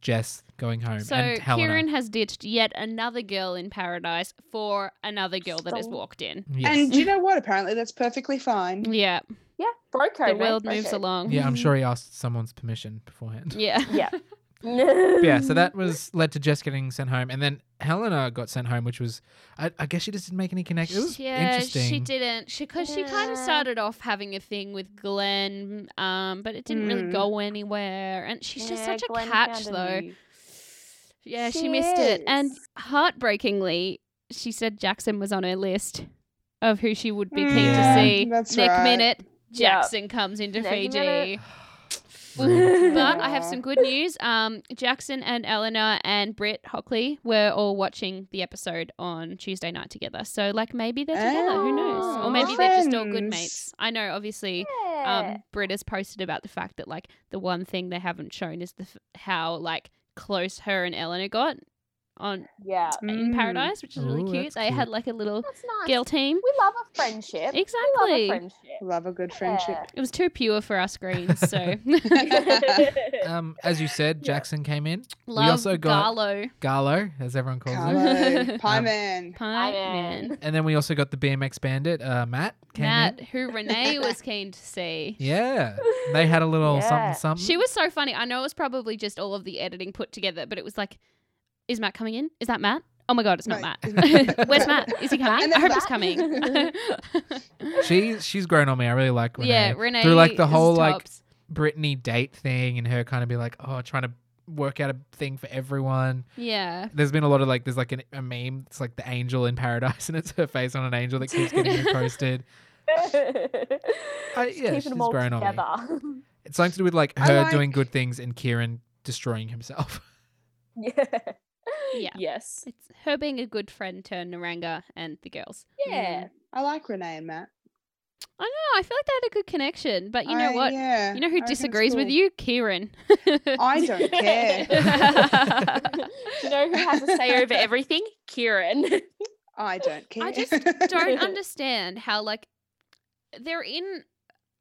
[SPEAKER 1] Jess going home
[SPEAKER 4] So
[SPEAKER 1] and Helena.
[SPEAKER 4] Kieran has ditched yet another girl in paradise for another girl that has
[SPEAKER 5] Stop.
[SPEAKER 4] walked in.
[SPEAKER 1] Yes.
[SPEAKER 3] And do you know what? Apparently, that's perfectly fine.
[SPEAKER 4] Yeah,
[SPEAKER 5] yeah. Bro code.
[SPEAKER 4] the world moves along.
[SPEAKER 1] yeah, I'm sure he asked someone's permission beforehand.
[SPEAKER 4] Yeah.
[SPEAKER 5] Yeah.
[SPEAKER 1] But yeah, so that was led to Jess getting sent home, and then Helena got sent home, which was I, I guess she just didn't make any connection. It was
[SPEAKER 4] yeah,
[SPEAKER 1] interesting.
[SPEAKER 4] she didn't. She because she kind of
[SPEAKER 5] Yeah.
[SPEAKER 4] started off having a thing with Glenn, um, but it didn't really
[SPEAKER 3] Mm.
[SPEAKER 4] go anywhere. And she's just
[SPEAKER 5] Yeah,
[SPEAKER 4] such a
[SPEAKER 5] Glenn
[SPEAKER 4] catch,
[SPEAKER 5] found a
[SPEAKER 4] though.
[SPEAKER 5] new-
[SPEAKER 4] Yeah, she,
[SPEAKER 5] She
[SPEAKER 4] missed it. And
[SPEAKER 5] is.
[SPEAKER 4] heartbreakingly, she said Jackson was on her list of who she would be keen
[SPEAKER 1] Yeah,
[SPEAKER 4] to see.
[SPEAKER 3] that's
[SPEAKER 4] Next
[SPEAKER 3] right.
[SPEAKER 4] minute,
[SPEAKER 5] Yeah.
[SPEAKER 4] Jackson comes into
[SPEAKER 5] Next
[SPEAKER 4] Fiji.
[SPEAKER 5] minute.
[SPEAKER 1] Rude.
[SPEAKER 4] But I have
[SPEAKER 3] Aw.
[SPEAKER 4] some good news. Um, Jackson and Eleanor and Britt Hockley were all watching the episode on Tuesday night together. So, like, maybe they're together. Who knows?
[SPEAKER 5] Oh,
[SPEAKER 4] Or maybe
[SPEAKER 5] we're
[SPEAKER 4] they're just all good
[SPEAKER 3] friends.
[SPEAKER 4] mates. I know, obviously,
[SPEAKER 5] Yeah.
[SPEAKER 4] um, Brit has posted about the fact that like the one thing they haven't shown is the f- how like close her and Eleanor got on
[SPEAKER 5] yeah.
[SPEAKER 4] in
[SPEAKER 3] Mm.
[SPEAKER 4] Paradise, which is really
[SPEAKER 1] Ooh,
[SPEAKER 4] cute.
[SPEAKER 1] that's
[SPEAKER 4] They had
[SPEAKER 1] cute.
[SPEAKER 4] like a little
[SPEAKER 5] That's nice.
[SPEAKER 4] girl team.
[SPEAKER 5] We love a friendship.
[SPEAKER 4] Exactly.
[SPEAKER 5] We love a friendship.
[SPEAKER 3] Love a good friendship.
[SPEAKER 4] It was too pure for our screens, so
[SPEAKER 1] um, as you said, Jackson came in.
[SPEAKER 4] love
[SPEAKER 1] also got-
[SPEAKER 4] Garlo,
[SPEAKER 1] Gallo, as everyone calls him.
[SPEAKER 3] Carlo, Pie
[SPEAKER 1] Um,
[SPEAKER 3] Man.
[SPEAKER 4] Pie
[SPEAKER 5] am.
[SPEAKER 4] Man,
[SPEAKER 1] And then we also got the BMX bandit, uh, Matt came in.
[SPEAKER 4] Matt, who Renee was keen to see.
[SPEAKER 1] Yeah. They had a little
[SPEAKER 5] Yeah.
[SPEAKER 1] something something.
[SPEAKER 4] She was so funny. I know it was probably just all of the editing put together, but it was like, is Matt coming in? Is that Matt? Oh my god, it's not
[SPEAKER 3] Right.
[SPEAKER 4] Matt. Where's Matt? Is he coming?
[SPEAKER 3] And
[SPEAKER 4] I
[SPEAKER 3] then
[SPEAKER 4] hope
[SPEAKER 3] Matt.
[SPEAKER 4] he's coming.
[SPEAKER 1] she she's grown on me. I really like Renee.
[SPEAKER 4] yeah, Renee.
[SPEAKER 1] Through like the
[SPEAKER 4] is
[SPEAKER 1] whole like
[SPEAKER 4] tops.
[SPEAKER 1] Brittany date thing and her kind of be like, oh, trying to work out a thing for everyone.
[SPEAKER 4] Yeah.
[SPEAKER 1] There's been a lot of like, there's like an, a meme. It's like the angel in paradise, and it's her face on an angel that keeps getting reposted. I-
[SPEAKER 5] Just
[SPEAKER 1] yeah,
[SPEAKER 5] keeping
[SPEAKER 1] she's
[SPEAKER 5] them all
[SPEAKER 1] grown on me.
[SPEAKER 5] together.
[SPEAKER 1] It's something to do with like
[SPEAKER 3] I
[SPEAKER 1] her doing
[SPEAKER 3] like-
[SPEAKER 1] good things and Kieran destroying himself.
[SPEAKER 5] yeah.
[SPEAKER 4] Yeah.
[SPEAKER 5] Yes.
[SPEAKER 4] It's her being a good friend to Naranga and the girls.
[SPEAKER 5] Yeah.
[SPEAKER 3] Mm. I like Renee and Matt.
[SPEAKER 4] I know. I feel like they had a good connection, but you know
[SPEAKER 3] I-
[SPEAKER 4] what?
[SPEAKER 3] Yeah,
[SPEAKER 4] You know
[SPEAKER 3] I
[SPEAKER 4] who
[SPEAKER 3] reckon it's
[SPEAKER 4] disagrees with
[SPEAKER 3] cool.
[SPEAKER 4] you? Kieran.
[SPEAKER 3] I don't care.
[SPEAKER 5] you know who has a say over everything? Kieran.
[SPEAKER 3] I don't care.
[SPEAKER 4] I just don't understand how like they're in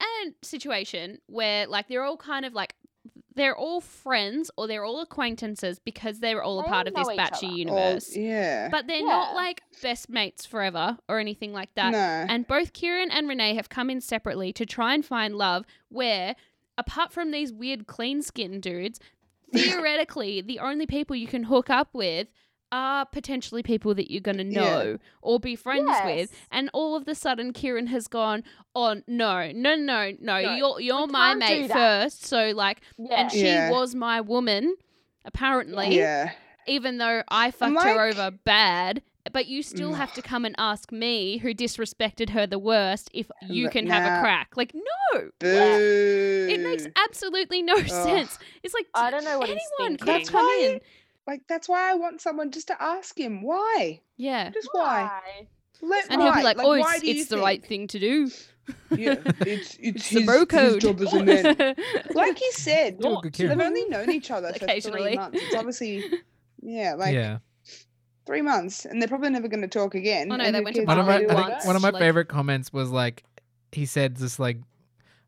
[SPEAKER 4] a situation where like they're all kind of like they're all friends or they're all acquaintances because they're all a
[SPEAKER 5] They
[SPEAKER 4] part of
[SPEAKER 5] know
[SPEAKER 4] this
[SPEAKER 5] each
[SPEAKER 4] batchy
[SPEAKER 5] other.
[SPEAKER 3] Or-
[SPEAKER 4] universe.
[SPEAKER 3] yeah.
[SPEAKER 4] But they're not
[SPEAKER 5] Yeah.
[SPEAKER 4] like best mates forever or anything like that.
[SPEAKER 3] no.
[SPEAKER 4] And both Kieran and Renee have come in separately to try and find love where, apart from these weird clean skin dudes, theoretically, the only people you can hook up with are potentially people that you're going to
[SPEAKER 3] Yeah.
[SPEAKER 4] know or be friends with.
[SPEAKER 5] Yes.
[SPEAKER 4] And all of the sudden, Kieran has gone, Oh, no, no, no, no,
[SPEAKER 5] No,
[SPEAKER 4] you're, you're
[SPEAKER 5] we
[SPEAKER 4] my
[SPEAKER 5] can't do
[SPEAKER 4] mate
[SPEAKER 5] that."
[SPEAKER 4] first. So, like,
[SPEAKER 5] Yeah.
[SPEAKER 4] and she
[SPEAKER 3] Yeah.
[SPEAKER 4] was my woman, apparently
[SPEAKER 3] yeah.
[SPEAKER 4] even though I fucked her
[SPEAKER 3] like-
[SPEAKER 4] over bad. But you still
[SPEAKER 3] Ugh.
[SPEAKER 4] have to come and ask me, who disrespected her the worst, if you
[SPEAKER 3] Look,
[SPEAKER 4] can have a
[SPEAKER 3] nah.
[SPEAKER 4] crack. Like, no,
[SPEAKER 3] Boo.
[SPEAKER 4] it makes absolutely no sense. It's like
[SPEAKER 5] I don't know what he's
[SPEAKER 4] anyone could
[SPEAKER 5] thinking.
[SPEAKER 4] have come
[SPEAKER 3] That's
[SPEAKER 4] in.
[SPEAKER 3] why- like that's why I want someone just to ask him why.
[SPEAKER 4] Yeah,
[SPEAKER 3] Just why? Let
[SPEAKER 4] and he'll be
[SPEAKER 3] why.
[SPEAKER 4] like, "Oh,
[SPEAKER 3] why
[SPEAKER 4] it's,
[SPEAKER 3] do you
[SPEAKER 4] it's the right
[SPEAKER 3] think-
[SPEAKER 4] thing to do.
[SPEAKER 3] Yeah, it's it's,
[SPEAKER 4] the
[SPEAKER 3] his,
[SPEAKER 4] bro
[SPEAKER 3] his
[SPEAKER 4] code."
[SPEAKER 3] job as a man. like he said,
[SPEAKER 1] You're a
[SPEAKER 4] Not.
[SPEAKER 1] good
[SPEAKER 3] they've
[SPEAKER 1] Kieran.
[SPEAKER 3] only known each other for
[SPEAKER 4] Occasionally.
[SPEAKER 3] three months. It's obviously yeah, like
[SPEAKER 1] yeah.
[SPEAKER 3] three months, and they're probably never going to talk again.
[SPEAKER 4] Oh, no,
[SPEAKER 3] and
[SPEAKER 4] they
[SPEAKER 3] who
[SPEAKER 4] went to
[SPEAKER 3] cares
[SPEAKER 1] one
[SPEAKER 3] if
[SPEAKER 1] of my, I
[SPEAKER 4] Bali
[SPEAKER 3] they do
[SPEAKER 1] think
[SPEAKER 3] or
[SPEAKER 4] once.
[SPEAKER 1] one of my
[SPEAKER 4] like-
[SPEAKER 1] favorite comments was like he said just like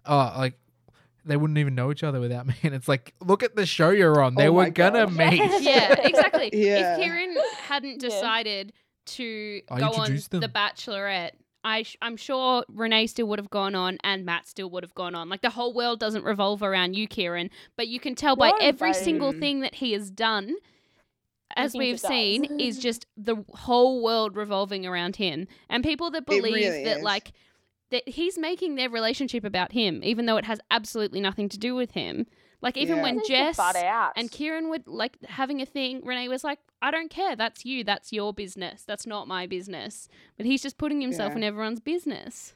[SPEAKER 1] oh like they wouldn't even know each other without me and it's like look at the show you're on they
[SPEAKER 3] Oh
[SPEAKER 1] were
[SPEAKER 3] my
[SPEAKER 1] gonna
[SPEAKER 5] God.
[SPEAKER 1] meet
[SPEAKER 4] yeah, exactly.
[SPEAKER 3] Yeah.
[SPEAKER 4] If Kieran hadn't
[SPEAKER 5] Yeah.
[SPEAKER 4] decided to
[SPEAKER 1] I
[SPEAKER 4] go on
[SPEAKER 1] introduced them.
[SPEAKER 4] The Bachelorette, I sh- I'm sure Renee still would have gone on and Matt still would have gone on. Like the whole world doesn't revolve around you, Kieran, but you can tell by
[SPEAKER 5] No,
[SPEAKER 4] every
[SPEAKER 5] babe.
[SPEAKER 4] single thing that he has done. As
[SPEAKER 5] thinks
[SPEAKER 4] we've
[SPEAKER 5] it does.
[SPEAKER 4] seen, is just the whole world revolving around him, and people that
[SPEAKER 3] It
[SPEAKER 4] believe
[SPEAKER 3] really
[SPEAKER 4] that
[SPEAKER 3] is.
[SPEAKER 4] like that he's making their relationship about him, even though it has absolutely nothing to do with him. Like even
[SPEAKER 3] Yeah.
[SPEAKER 4] when
[SPEAKER 5] They should
[SPEAKER 4] Jess
[SPEAKER 5] butt out.
[SPEAKER 4] and Kieran would like having a thing, Renee was like, "I don't care. That's you. That's your business. That's not my business." But he's just putting himself
[SPEAKER 3] Yeah.
[SPEAKER 4] in everyone's business,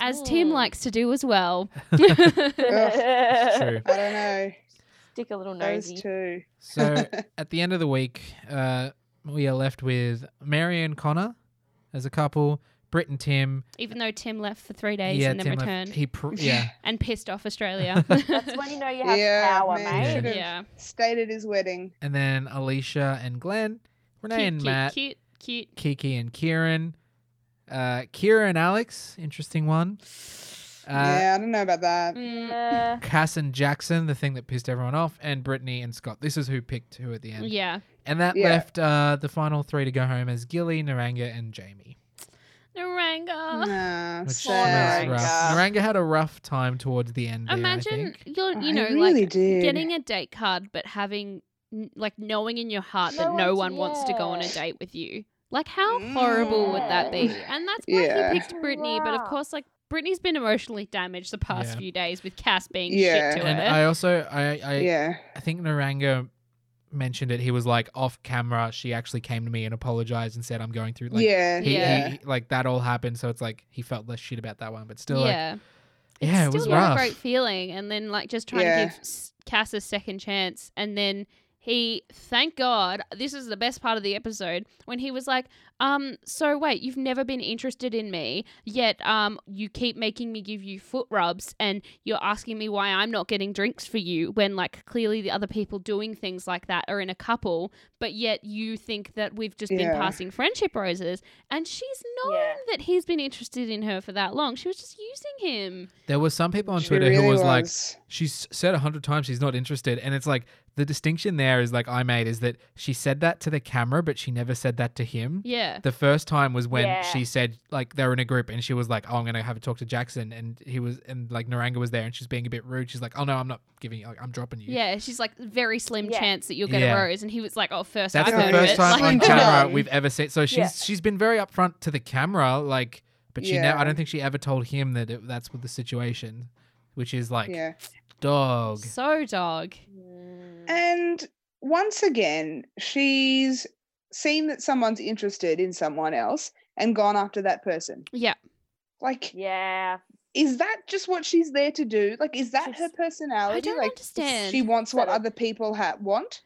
[SPEAKER 4] as Tim
[SPEAKER 1] Oh.
[SPEAKER 4] likes to do as well.
[SPEAKER 1] It's true.
[SPEAKER 3] I don't know.
[SPEAKER 5] Stick a little
[SPEAKER 3] Those
[SPEAKER 5] nosy.
[SPEAKER 3] two.
[SPEAKER 1] So at the end of the week, uh, we are left with Mary and Connor as a couple, Britt and Tim.
[SPEAKER 4] even though Tim left for three days and then
[SPEAKER 1] Tim left-
[SPEAKER 4] returned
[SPEAKER 1] he pr- yeah,
[SPEAKER 4] and pissed off Australia.
[SPEAKER 5] That's when you know you have
[SPEAKER 3] Yeah,
[SPEAKER 5] power,
[SPEAKER 3] man.
[SPEAKER 5] mate.
[SPEAKER 3] Should've
[SPEAKER 4] yeah,
[SPEAKER 3] Stayed at his wedding.
[SPEAKER 1] and then Alicia and Glenn, Renee
[SPEAKER 4] cute,
[SPEAKER 1] and
[SPEAKER 4] cute,
[SPEAKER 1] Matt,
[SPEAKER 4] cute, cute.
[SPEAKER 1] Kiki and Kieran, uh, Kira and Alex, interesting one. Uh,
[SPEAKER 3] yeah, I don't know about that.
[SPEAKER 4] Mm,
[SPEAKER 5] Yeah.
[SPEAKER 1] Cass and Jackson, the thing that pissed everyone off, and Brittany and Scott. This is who picked who at the end.
[SPEAKER 4] Mm, yeah.
[SPEAKER 1] And that
[SPEAKER 3] Yeah.
[SPEAKER 1] left uh, the final three to go home as Gilly, Naranga, and Jamie.
[SPEAKER 4] Naranga. uh,
[SPEAKER 3] Nah,
[SPEAKER 1] Which
[SPEAKER 3] sad.
[SPEAKER 1] was rough.
[SPEAKER 5] Naranga.
[SPEAKER 1] Naranga had a rough time towards the end. There, I
[SPEAKER 4] Imagine
[SPEAKER 1] think.
[SPEAKER 4] you're,
[SPEAKER 3] I
[SPEAKER 4] you know,
[SPEAKER 3] really
[SPEAKER 4] like
[SPEAKER 3] did.
[SPEAKER 4] getting a date card, but having n- like knowing in your heart that
[SPEAKER 5] No
[SPEAKER 4] no one
[SPEAKER 5] one's-
[SPEAKER 4] wants to go on a
[SPEAKER 5] yeah.
[SPEAKER 4] date with you. Like, how horrible would that be? And that's why
[SPEAKER 3] Mm. Yeah.
[SPEAKER 4] he picked Brittany. But of
[SPEAKER 5] Rough.
[SPEAKER 4] course, like Brittany's been emotionally damaged the past
[SPEAKER 1] Yeah.
[SPEAKER 4] few days with Cass being
[SPEAKER 3] Yeah.
[SPEAKER 4] shit to
[SPEAKER 1] And
[SPEAKER 4] her.
[SPEAKER 1] I also, I, I,
[SPEAKER 3] yeah.
[SPEAKER 1] I think Naranga mentioned it. He was like off camera. She actually came to me and apologized and said, "I'm going through." Like,
[SPEAKER 3] yeah.
[SPEAKER 1] He,
[SPEAKER 4] Yeah.
[SPEAKER 1] he, like that all happened. So it's like he felt less shit about that one, but still, like,
[SPEAKER 4] yeah. it's
[SPEAKER 1] yeah, it
[SPEAKER 4] still
[SPEAKER 1] was
[SPEAKER 4] not
[SPEAKER 1] rough.
[SPEAKER 4] a great feeling. And then like just trying
[SPEAKER 3] Yeah.
[SPEAKER 4] to give S- Cass a second chance, and then he, thank God, this is the best part of the episode when he was like, um, so wait, you've never been interested in me yet, um, you keep making me give you foot rubs, and you're asking me why I'm not getting drinks for you when like clearly the other people doing things like that are in a couple, but yet you think that we've just been
[SPEAKER 3] Yeah.
[SPEAKER 4] passing friendship roses, and she's known
[SPEAKER 5] Yeah.
[SPEAKER 4] that he's been interested in her for that long. She was just using him.
[SPEAKER 1] There was some people on
[SPEAKER 3] She
[SPEAKER 1] Twitter who
[SPEAKER 3] really
[SPEAKER 1] was, like,
[SPEAKER 3] was.
[SPEAKER 1] "She's said a hundred times she's not interested," and it's like the distinction there is like I made is that she said that to the camera, but she never said that to him.
[SPEAKER 4] Yeah.
[SPEAKER 1] The first time was when
[SPEAKER 5] Yeah.
[SPEAKER 1] she said like they were in a group and she was like, "Oh, I'm gonna have a talk to Jackson," and he was and like Naranga was there and she's being a bit rude. She's like, "Oh no, I'm not giving you. Like, I'm dropping you."
[SPEAKER 4] Yeah, she's like very slim
[SPEAKER 5] Yeah.
[SPEAKER 4] chance that you'll get
[SPEAKER 1] Yeah.
[SPEAKER 4] a rose, and he was like, "Oh, first
[SPEAKER 1] That's
[SPEAKER 4] I've
[SPEAKER 1] the
[SPEAKER 4] heard
[SPEAKER 3] heard
[SPEAKER 4] of
[SPEAKER 1] first
[SPEAKER 4] it."
[SPEAKER 1] time
[SPEAKER 4] Like-
[SPEAKER 1] on
[SPEAKER 3] Slim
[SPEAKER 1] camera
[SPEAKER 3] Jim.
[SPEAKER 1] we've ever seen. So she's she's been very upfront to the camera, like, but she
[SPEAKER 3] Yeah.
[SPEAKER 1] ne- I don't think she ever told him that it, that's what the situation, which is like
[SPEAKER 3] yeah.
[SPEAKER 1] dog.
[SPEAKER 4] So dog.
[SPEAKER 5] Eh. mm,
[SPEAKER 3] And once again, she's seen that someone's interested in someone else and gone after that person.
[SPEAKER 4] Yeah,
[SPEAKER 3] Like,
[SPEAKER 5] Yeah.
[SPEAKER 3] is that just what she's there to do? Like, is that her
[SPEAKER 5] She's-
[SPEAKER 3] personality?
[SPEAKER 4] I don't
[SPEAKER 3] like,
[SPEAKER 4] understand.
[SPEAKER 3] she wants what
[SPEAKER 5] But it-
[SPEAKER 3] other people ha- want.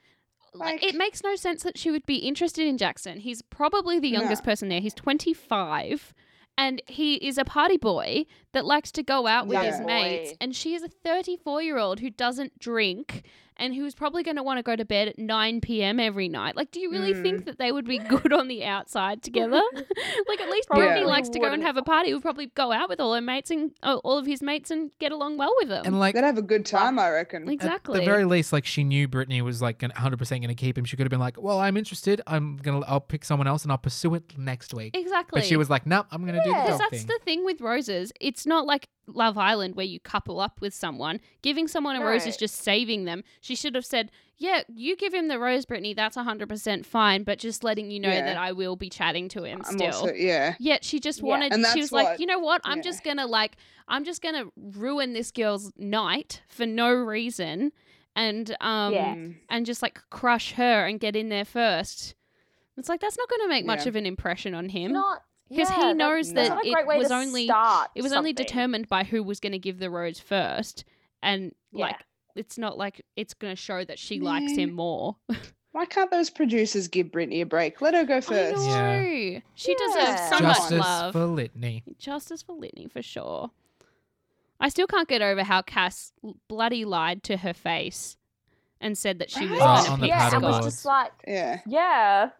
[SPEAKER 4] like,
[SPEAKER 3] Like-
[SPEAKER 4] it makes no sense that she would be interested in Jackson. He's probably the youngest
[SPEAKER 3] No.
[SPEAKER 4] person there. He's twenty five, and he is a party boy that likes to go out with
[SPEAKER 3] Young
[SPEAKER 4] his
[SPEAKER 5] boy.
[SPEAKER 4] mates. And she is a thirty four year old who doesn't drink and who's probably going to want to go to bed at nine p.m. every night. Like, do you really
[SPEAKER 3] Mm.
[SPEAKER 4] think that they would be good on the outside together? like at least
[SPEAKER 5] Probably
[SPEAKER 4] Brittany likes to go and
[SPEAKER 5] wouldn't.
[SPEAKER 4] have a party. He'll probably go out with all her mates and oh, all of his mates and get along well with them.
[SPEAKER 1] And like
[SPEAKER 3] They'd have a good time, I reckon.
[SPEAKER 4] exactly.
[SPEAKER 1] At the very least, like she knew Brittany was like gonna- 100% going to keep him. She could have been like, "Well, I'm interested. I'm gonna. I'll pick someone else and I'll pursue it next week."
[SPEAKER 4] exactly.
[SPEAKER 1] But she was like, "Nope, I'm going to do the
[SPEAKER 4] because
[SPEAKER 1] dog
[SPEAKER 4] that's
[SPEAKER 1] thing."
[SPEAKER 4] the thing with roses. It's not like Love Island where you couple up with someone. Giving someone a rose is
[SPEAKER 5] No.
[SPEAKER 4] just saving them. She should have said, "Yeah, you give him the rose, Brittany. That's hundred percent fine, but just letting you know
[SPEAKER 3] Yeah.
[SPEAKER 4] that I will be chatting to him
[SPEAKER 3] I'm
[SPEAKER 4] still."
[SPEAKER 3] also, yeah.
[SPEAKER 4] Yet she just
[SPEAKER 5] Yeah.
[SPEAKER 4] wanted.
[SPEAKER 3] And
[SPEAKER 4] She
[SPEAKER 3] that's
[SPEAKER 4] was like,
[SPEAKER 3] what-
[SPEAKER 4] you know what? I'm
[SPEAKER 3] yeah.
[SPEAKER 4] just gonna like, I'm just gonna ruin this girl's night for no reason, and um,
[SPEAKER 5] Yeah.
[SPEAKER 3] Mm.
[SPEAKER 4] and just like crush her and get in there first. It's like that's not gonna make much
[SPEAKER 3] Yeah.
[SPEAKER 4] of an impression on him
[SPEAKER 5] Not
[SPEAKER 4] because
[SPEAKER 5] yeah,
[SPEAKER 4] he knows
[SPEAKER 3] that's
[SPEAKER 4] that,
[SPEAKER 5] not a
[SPEAKER 4] it
[SPEAKER 5] great way
[SPEAKER 4] was
[SPEAKER 5] to
[SPEAKER 4] only
[SPEAKER 5] start
[SPEAKER 4] it was only
[SPEAKER 5] something.
[SPEAKER 4] determined by who was gonna give the rose first, and
[SPEAKER 5] Yeah.
[SPEAKER 4] like it's not like it's gonna show that she likes
[SPEAKER 3] Man.
[SPEAKER 4] him more.
[SPEAKER 3] Why can't those producers give Brittany a break? Let her go
[SPEAKER 4] I
[SPEAKER 3] first.
[SPEAKER 1] Yeah.
[SPEAKER 4] know. She
[SPEAKER 5] Yeah.
[SPEAKER 4] deserves so
[SPEAKER 1] Justice
[SPEAKER 4] much love.
[SPEAKER 1] for Litany.
[SPEAKER 4] Justice for Litany for sure. I still can't get over how Cass l- bloody lied to her face and said that she was
[SPEAKER 3] Right?
[SPEAKER 4] gonna
[SPEAKER 1] Oh, on the
[SPEAKER 4] pick
[SPEAKER 5] yeah, I
[SPEAKER 1] paddleboard.
[SPEAKER 5] was
[SPEAKER 4] Scott.
[SPEAKER 5] just like,
[SPEAKER 3] Yeah.
[SPEAKER 5] yeah,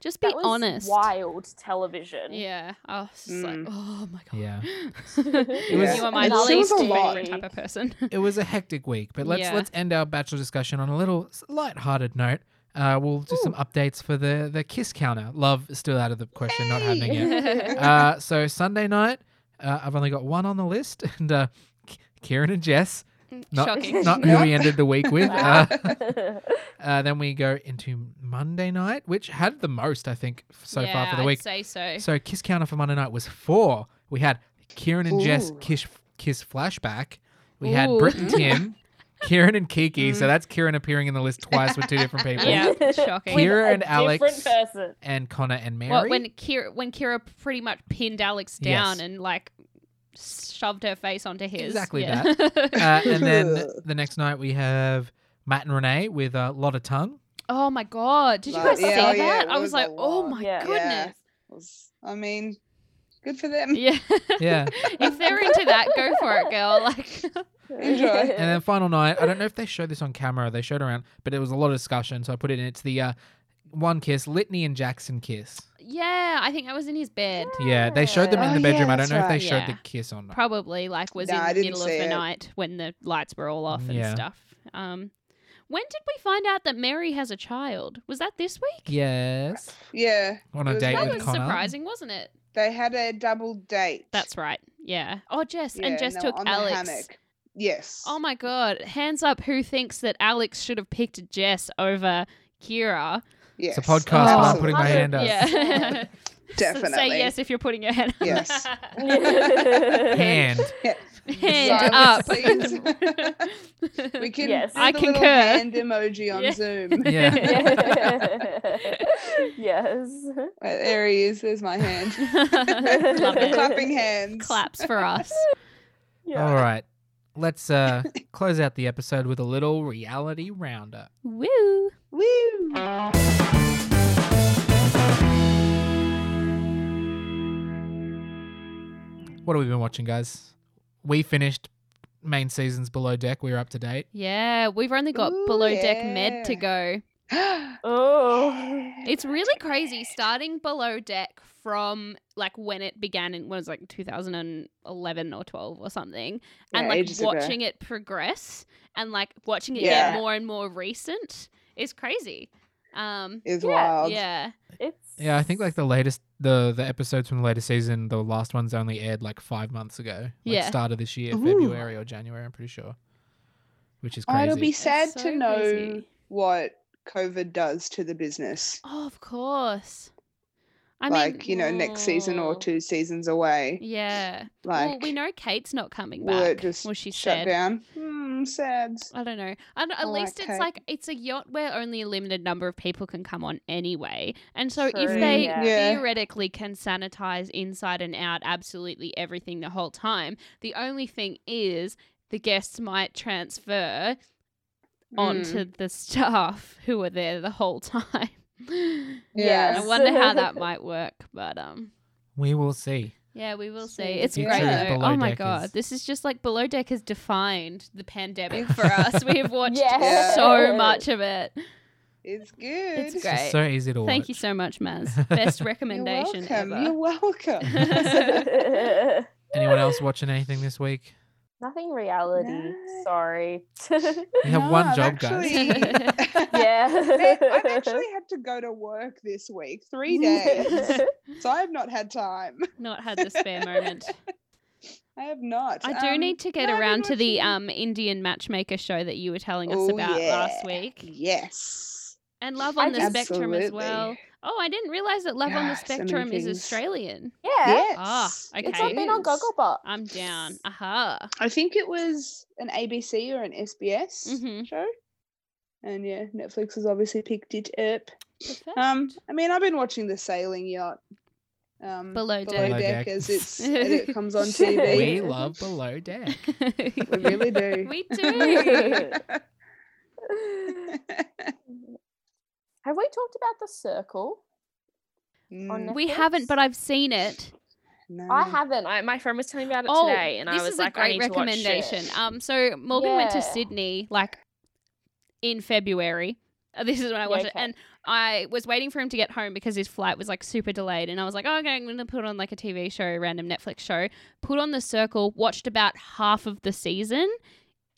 [SPEAKER 4] Just be
[SPEAKER 5] that was
[SPEAKER 4] honest.
[SPEAKER 5] wild television.
[SPEAKER 4] Yeah. I was just like,
[SPEAKER 3] Mm.
[SPEAKER 4] oh my god.
[SPEAKER 1] Yeah.
[SPEAKER 4] it
[SPEAKER 3] was-
[SPEAKER 4] you are my
[SPEAKER 3] It was a
[SPEAKER 4] least
[SPEAKER 3] lot.
[SPEAKER 4] favorite type of person.
[SPEAKER 1] it was a hectic week, but let's
[SPEAKER 4] Yeah.
[SPEAKER 1] let's end our bachelor discussion on a little s- light-hearted note. Uh, we'll do some updates for the the kiss counter. Love is still out of the question, not happening yet. Uh, so Sunday night, uh, I've only got one on the list, and uh, K- Kieran and Jess, Not-
[SPEAKER 4] Shocking.
[SPEAKER 1] not who we ended the week with. Uh,
[SPEAKER 5] Yeah.
[SPEAKER 1] uh, then we go into Monday night, which had the most, I think, f- so
[SPEAKER 4] yeah,
[SPEAKER 1] far for the
[SPEAKER 4] I'd
[SPEAKER 1] week.
[SPEAKER 4] say so.
[SPEAKER 1] So kiss counter for Monday night was four. We had Kieran and Jess
[SPEAKER 3] Ooh.
[SPEAKER 1] kiss kiss flashback. We had
[SPEAKER 4] Ooh. Mm.
[SPEAKER 1] Britt and Tim, Kieran and Kiki. So that's Kieran appearing in the list twice with two different people.
[SPEAKER 4] Yeah, shocking.
[SPEAKER 5] With
[SPEAKER 1] Kira
[SPEAKER 5] a
[SPEAKER 1] and Alex-
[SPEAKER 5] Different person.
[SPEAKER 1] And Connor and Mary.
[SPEAKER 4] What, when Kira when Kira pretty much pinned Alex down
[SPEAKER 1] Yes.
[SPEAKER 4] and like shoved her face onto his.
[SPEAKER 1] Exactly
[SPEAKER 4] that.
[SPEAKER 1] uh, and then the next night we have Matt and Renee with a lot of tongue.
[SPEAKER 4] oh my god! Did you
[SPEAKER 3] Like,
[SPEAKER 4] guys
[SPEAKER 3] yeah,
[SPEAKER 4] see
[SPEAKER 3] oh
[SPEAKER 4] that?
[SPEAKER 3] yeah, it
[SPEAKER 4] I was
[SPEAKER 3] was a
[SPEAKER 4] like, oh
[SPEAKER 3] lot.
[SPEAKER 4] my
[SPEAKER 5] Yeah.
[SPEAKER 4] goodness.
[SPEAKER 3] Was- I mean, good for them.
[SPEAKER 4] Yeah.
[SPEAKER 1] Yeah.
[SPEAKER 4] if they're into that, go for it, girl. Like,
[SPEAKER 3] Enjoy.
[SPEAKER 1] and then final night, I don't know if they showed this on camera. They showed around, but it was a lot of discussion, so I put it in. It's the uh, one kiss, Litany and Jackson kiss.
[SPEAKER 4] yeah, I think I was in his bed.
[SPEAKER 1] Yeah, they showed them in
[SPEAKER 3] Oh,
[SPEAKER 1] the bedroom.
[SPEAKER 3] yeah,
[SPEAKER 1] I don't
[SPEAKER 3] that's
[SPEAKER 1] know if
[SPEAKER 3] right.
[SPEAKER 1] they showed the
[SPEAKER 4] Yeah.
[SPEAKER 1] kiss or not.
[SPEAKER 4] Probably like was
[SPEAKER 3] Nah, I
[SPEAKER 4] in the
[SPEAKER 3] didn't
[SPEAKER 4] middle of
[SPEAKER 3] see
[SPEAKER 4] the
[SPEAKER 3] it.
[SPEAKER 4] night when the lights were all off and
[SPEAKER 1] Yeah.
[SPEAKER 4] stuff. Um, when did we find out that Mary has a child? Was that this week?
[SPEAKER 1] yes,
[SPEAKER 3] Yeah,
[SPEAKER 1] on
[SPEAKER 3] It
[SPEAKER 1] a
[SPEAKER 3] was
[SPEAKER 1] date
[SPEAKER 4] That
[SPEAKER 1] with
[SPEAKER 4] was
[SPEAKER 1] Connor.
[SPEAKER 4] surprising, wasn't it?
[SPEAKER 3] they had a double date.
[SPEAKER 4] That's right. Yeah. Oh, Jess
[SPEAKER 3] Yeah,
[SPEAKER 4] and Jess
[SPEAKER 3] they were
[SPEAKER 4] took
[SPEAKER 3] on the
[SPEAKER 4] Alex.
[SPEAKER 3] hammock. Yes.
[SPEAKER 4] Oh my god! Hands up, who thinks that Alex should have picked Jess over Kira?
[SPEAKER 3] yes.
[SPEAKER 1] It's a podcast, but I'm
[SPEAKER 3] Absolutely.
[SPEAKER 1] putting my hand up.
[SPEAKER 4] Oh. Yeah. Say
[SPEAKER 3] Definitely.
[SPEAKER 4] yes if you're putting your hand. Up.
[SPEAKER 3] Yes.
[SPEAKER 1] Hand.
[SPEAKER 4] hand up.
[SPEAKER 3] Silence, please. we can
[SPEAKER 5] Yes.
[SPEAKER 3] do
[SPEAKER 4] I
[SPEAKER 3] the little
[SPEAKER 4] concur.
[SPEAKER 3] hand emoji on
[SPEAKER 4] Yeah.
[SPEAKER 3] Zoom. Uh,
[SPEAKER 1] Yeah.
[SPEAKER 5] yes.
[SPEAKER 3] Uh, there he is. There's my hand.
[SPEAKER 4] Love
[SPEAKER 3] the
[SPEAKER 4] it.
[SPEAKER 3] clapping hands.
[SPEAKER 4] Claps for us.
[SPEAKER 1] All right, let's uh, close out the episode with a little reality roundup.
[SPEAKER 4] Woo!
[SPEAKER 3] Woo.
[SPEAKER 1] What have we been watching, guys? We finished main seasons below deck. We were up to date.
[SPEAKER 4] Yeah, we've only got
[SPEAKER 3] Ooh,
[SPEAKER 4] below deck med to
[SPEAKER 3] yeah.
[SPEAKER 4] go.
[SPEAKER 5] Oh.
[SPEAKER 4] It's really crazy starting below deck from like when it began in when it was like 2011 or 12 or something and
[SPEAKER 3] Yeah,
[SPEAKER 4] like
[SPEAKER 3] ages ago.
[SPEAKER 4] watching it progress and like watching it
[SPEAKER 3] Yeah.
[SPEAKER 4] get more and more recent is crazy. Um
[SPEAKER 3] Is
[SPEAKER 5] Yeah,
[SPEAKER 3] wild.
[SPEAKER 4] yeah.
[SPEAKER 5] It's
[SPEAKER 1] Yeah, I think like the latest the the episodes from the latest season, the last ones only aired like five months ago. Like
[SPEAKER 4] Yeah.
[SPEAKER 1] start of this year,
[SPEAKER 3] Ooh.
[SPEAKER 1] February or January, I'm pretty sure. Which is
[SPEAKER 3] Oh,
[SPEAKER 1] crazy.
[SPEAKER 3] it'll be sad
[SPEAKER 4] so
[SPEAKER 3] to know
[SPEAKER 4] crazy.
[SPEAKER 3] what COVID does to the business.
[SPEAKER 4] Oh, of course. I
[SPEAKER 3] like,
[SPEAKER 4] mean
[SPEAKER 3] you know, next season or
[SPEAKER 5] mm.
[SPEAKER 3] two seasons away.
[SPEAKER 4] Yeah.
[SPEAKER 3] Like,
[SPEAKER 4] well, we know Kate's not coming
[SPEAKER 3] will
[SPEAKER 4] back.
[SPEAKER 3] it just
[SPEAKER 4] well, she
[SPEAKER 3] shut
[SPEAKER 4] said.
[SPEAKER 3] down? Hmm, sad.
[SPEAKER 4] I don't know. And at
[SPEAKER 3] Or like
[SPEAKER 4] least it's
[SPEAKER 3] Kate.
[SPEAKER 4] like it's a yacht where only a limited number of people can come on anyway. And so if
[SPEAKER 5] True,
[SPEAKER 4] they
[SPEAKER 5] yeah.
[SPEAKER 3] Yeah.
[SPEAKER 4] theoretically can sanitize inside and out absolutely everything the whole time, the only thing is the guests might transfer
[SPEAKER 3] Mm,
[SPEAKER 4] onto the staff who are there the whole time. And I
[SPEAKER 3] Yes.
[SPEAKER 4] wonder how that might work, but um
[SPEAKER 1] We will see.
[SPEAKER 4] yeah, we will see.
[SPEAKER 5] Sweet.
[SPEAKER 4] It's
[SPEAKER 1] Future
[SPEAKER 4] great
[SPEAKER 3] of
[SPEAKER 4] though.
[SPEAKER 1] Below
[SPEAKER 4] Oh my
[SPEAKER 1] Deck
[SPEAKER 4] god,
[SPEAKER 1] is-
[SPEAKER 4] this is just like Below Deck has defined the pandemic for us. We have watched
[SPEAKER 5] Yes.
[SPEAKER 4] so much of it.
[SPEAKER 3] It's good.
[SPEAKER 4] It's
[SPEAKER 1] It's
[SPEAKER 4] great.
[SPEAKER 1] so easy to watch.
[SPEAKER 4] Thank you so much, Maz. Best recommendation
[SPEAKER 3] You're welcome.
[SPEAKER 4] ever.
[SPEAKER 3] You're welcome.
[SPEAKER 1] Anyone else watching anything this week?
[SPEAKER 5] Nothing reality.
[SPEAKER 3] No.
[SPEAKER 5] Sorry.
[SPEAKER 1] We have
[SPEAKER 3] No,
[SPEAKER 1] one
[SPEAKER 3] I've
[SPEAKER 1] job, guys.
[SPEAKER 3] actually-
[SPEAKER 5] yeah.
[SPEAKER 3] Man, I've actually had to go to work this week, three days. so I have not had time.
[SPEAKER 4] Not had the spare moment.
[SPEAKER 3] I have not.
[SPEAKER 4] I do
[SPEAKER 3] Um,
[SPEAKER 4] need to get
[SPEAKER 3] no, I've been
[SPEAKER 4] around to the
[SPEAKER 3] watching-
[SPEAKER 4] um Indian matchmaker show that you were telling us
[SPEAKER 3] Oh,
[SPEAKER 4] about
[SPEAKER 3] yeah.
[SPEAKER 4] last week.
[SPEAKER 3] Yes.
[SPEAKER 4] And Love
[SPEAKER 5] I
[SPEAKER 4] on the
[SPEAKER 5] just-
[SPEAKER 4] Spectrum as
[SPEAKER 3] Absolutely.
[SPEAKER 4] well. Oh, I didn't realize that Love on the
[SPEAKER 3] Yeah, so many
[SPEAKER 4] Spectrum is
[SPEAKER 3] things.
[SPEAKER 4] Australian.
[SPEAKER 5] yeah.
[SPEAKER 3] Yes.
[SPEAKER 4] Ah,
[SPEAKER 5] It's
[SPEAKER 4] okay.
[SPEAKER 5] not been on
[SPEAKER 3] is.
[SPEAKER 5] Gogglebot.
[SPEAKER 4] I'm down. Aha.
[SPEAKER 3] I think it was an ABC or an SBS
[SPEAKER 4] Mhm.
[SPEAKER 3] show. And yeah, Netflix has obviously picked it up.
[SPEAKER 4] Perfect.
[SPEAKER 3] Um, I mean, I've been watching the sailing yacht. Um,
[SPEAKER 4] Below
[SPEAKER 3] below
[SPEAKER 1] Deck.
[SPEAKER 3] deck, as it's as it comes on TV.
[SPEAKER 1] We love below deck.
[SPEAKER 3] We really do.
[SPEAKER 4] we do.
[SPEAKER 5] Have we talked about the circle?
[SPEAKER 3] Mm,
[SPEAKER 4] we haven't, but I've seen it.
[SPEAKER 3] no.
[SPEAKER 5] I haven't. I, my friend was telling me about it today, and
[SPEAKER 4] Oh, this
[SPEAKER 5] I was
[SPEAKER 4] is
[SPEAKER 5] like,
[SPEAKER 4] a great
[SPEAKER 5] I need
[SPEAKER 4] recommendation.
[SPEAKER 5] To watch it.
[SPEAKER 4] Um, so Morgan went to
[SPEAKER 5] Yeah.
[SPEAKER 4] Sydney like in February. Uh, This is when I watched
[SPEAKER 5] okay.
[SPEAKER 4] it, and I was waiting for him to get home because his flight was like super delayed, and I was like, oh, "Okay, I'm gonna put on like a TV show, a random Netflix show." Put on The Circle, watched about half of the season.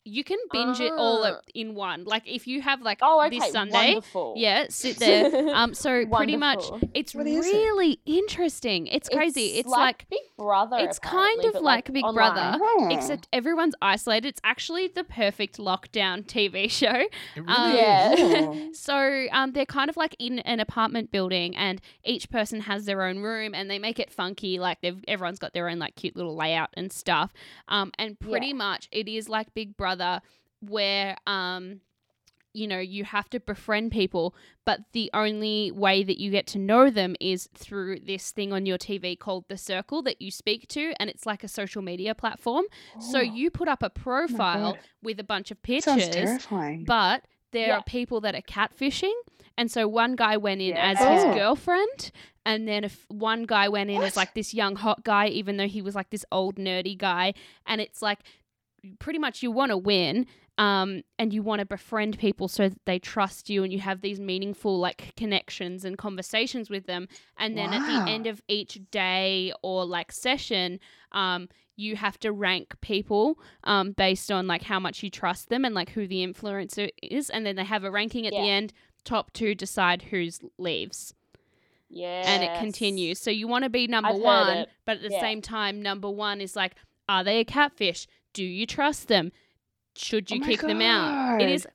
[SPEAKER 4] you can binge it all
[SPEAKER 2] Ah.
[SPEAKER 4] at- in one. Like if you have like
[SPEAKER 5] Oh, okay.
[SPEAKER 4] this Sunday,
[SPEAKER 5] Wonderful.
[SPEAKER 4] yeah, sit there. Um, so pretty much
[SPEAKER 5] Wonderful.
[SPEAKER 4] it's
[SPEAKER 3] What is it?
[SPEAKER 4] really interesting. It's crazy. It's, like,
[SPEAKER 5] Big Brother.
[SPEAKER 4] it's kind
[SPEAKER 5] apparently,
[SPEAKER 4] of
[SPEAKER 5] but,
[SPEAKER 4] like Big Brother. except everyone's isolated. It's actually the perfect lockdown TV show.
[SPEAKER 1] It
[SPEAKER 4] Um,
[SPEAKER 1] really
[SPEAKER 5] Yeah.
[SPEAKER 4] So um, they're kind of like in an apartment building, and each person has their own room, and they make it funky. Like they've everyone's got their own like cute little layout and stuff. Um, and pretty much it is like Big Brother, where um, you know, you have to befriend people, but the only way that you get to know them is through this thing on your TV called the Circle that you speak to, and it's like a social media platform. So you put up a profile
[SPEAKER 3] Oh God.
[SPEAKER 4] with a bunch of
[SPEAKER 3] It sounds
[SPEAKER 4] pictures
[SPEAKER 3] terrifying.
[SPEAKER 4] but there
[SPEAKER 5] Yeah.
[SPEAKER 4] are people that are catfishing. And so one guy went in as
[SPEAKER 5] Yeah.
[SPEAKER 4] his
[SPEAKER 3] Oh.
[SPEAKER 4] girlfriend, and then if one guy went in as
[SPEAKER 3] What?
[SPEAKER 4] like this young hot guy, even though he was like this old nerdy guy. And it's like pretty much you want to win, um, and you want to befriend people so that they trust you, and you have these meaningful like connections and conversations with them. And then at
[SPEAKER 3] Wow.
[SPEAKER 4] the end of each day or like session, um, you have to rank people um, based on like how much you trust them and like who the influencer is, and then they have a ranking at the
[SPEAKER 5] Yeah.
[SPEAKER 4] end. Top two decide who's leaves,
[SPEAKER 5] Yeah.
[SPEAKER 4] and it continues. So you want to be number
[SPEAKER 5] I've heard
[SPEAKER 4] one,
[SPEAKER 5] it.
[SPEAKER 4] but at the
[SPEAKER 5] Yeah.
[SPEAKER 4] same time, number one is like, are they a catfish? Do you trust them? Should you
[SPEAKER 3] Oh my
[SPEAKER 4] kick them out? It is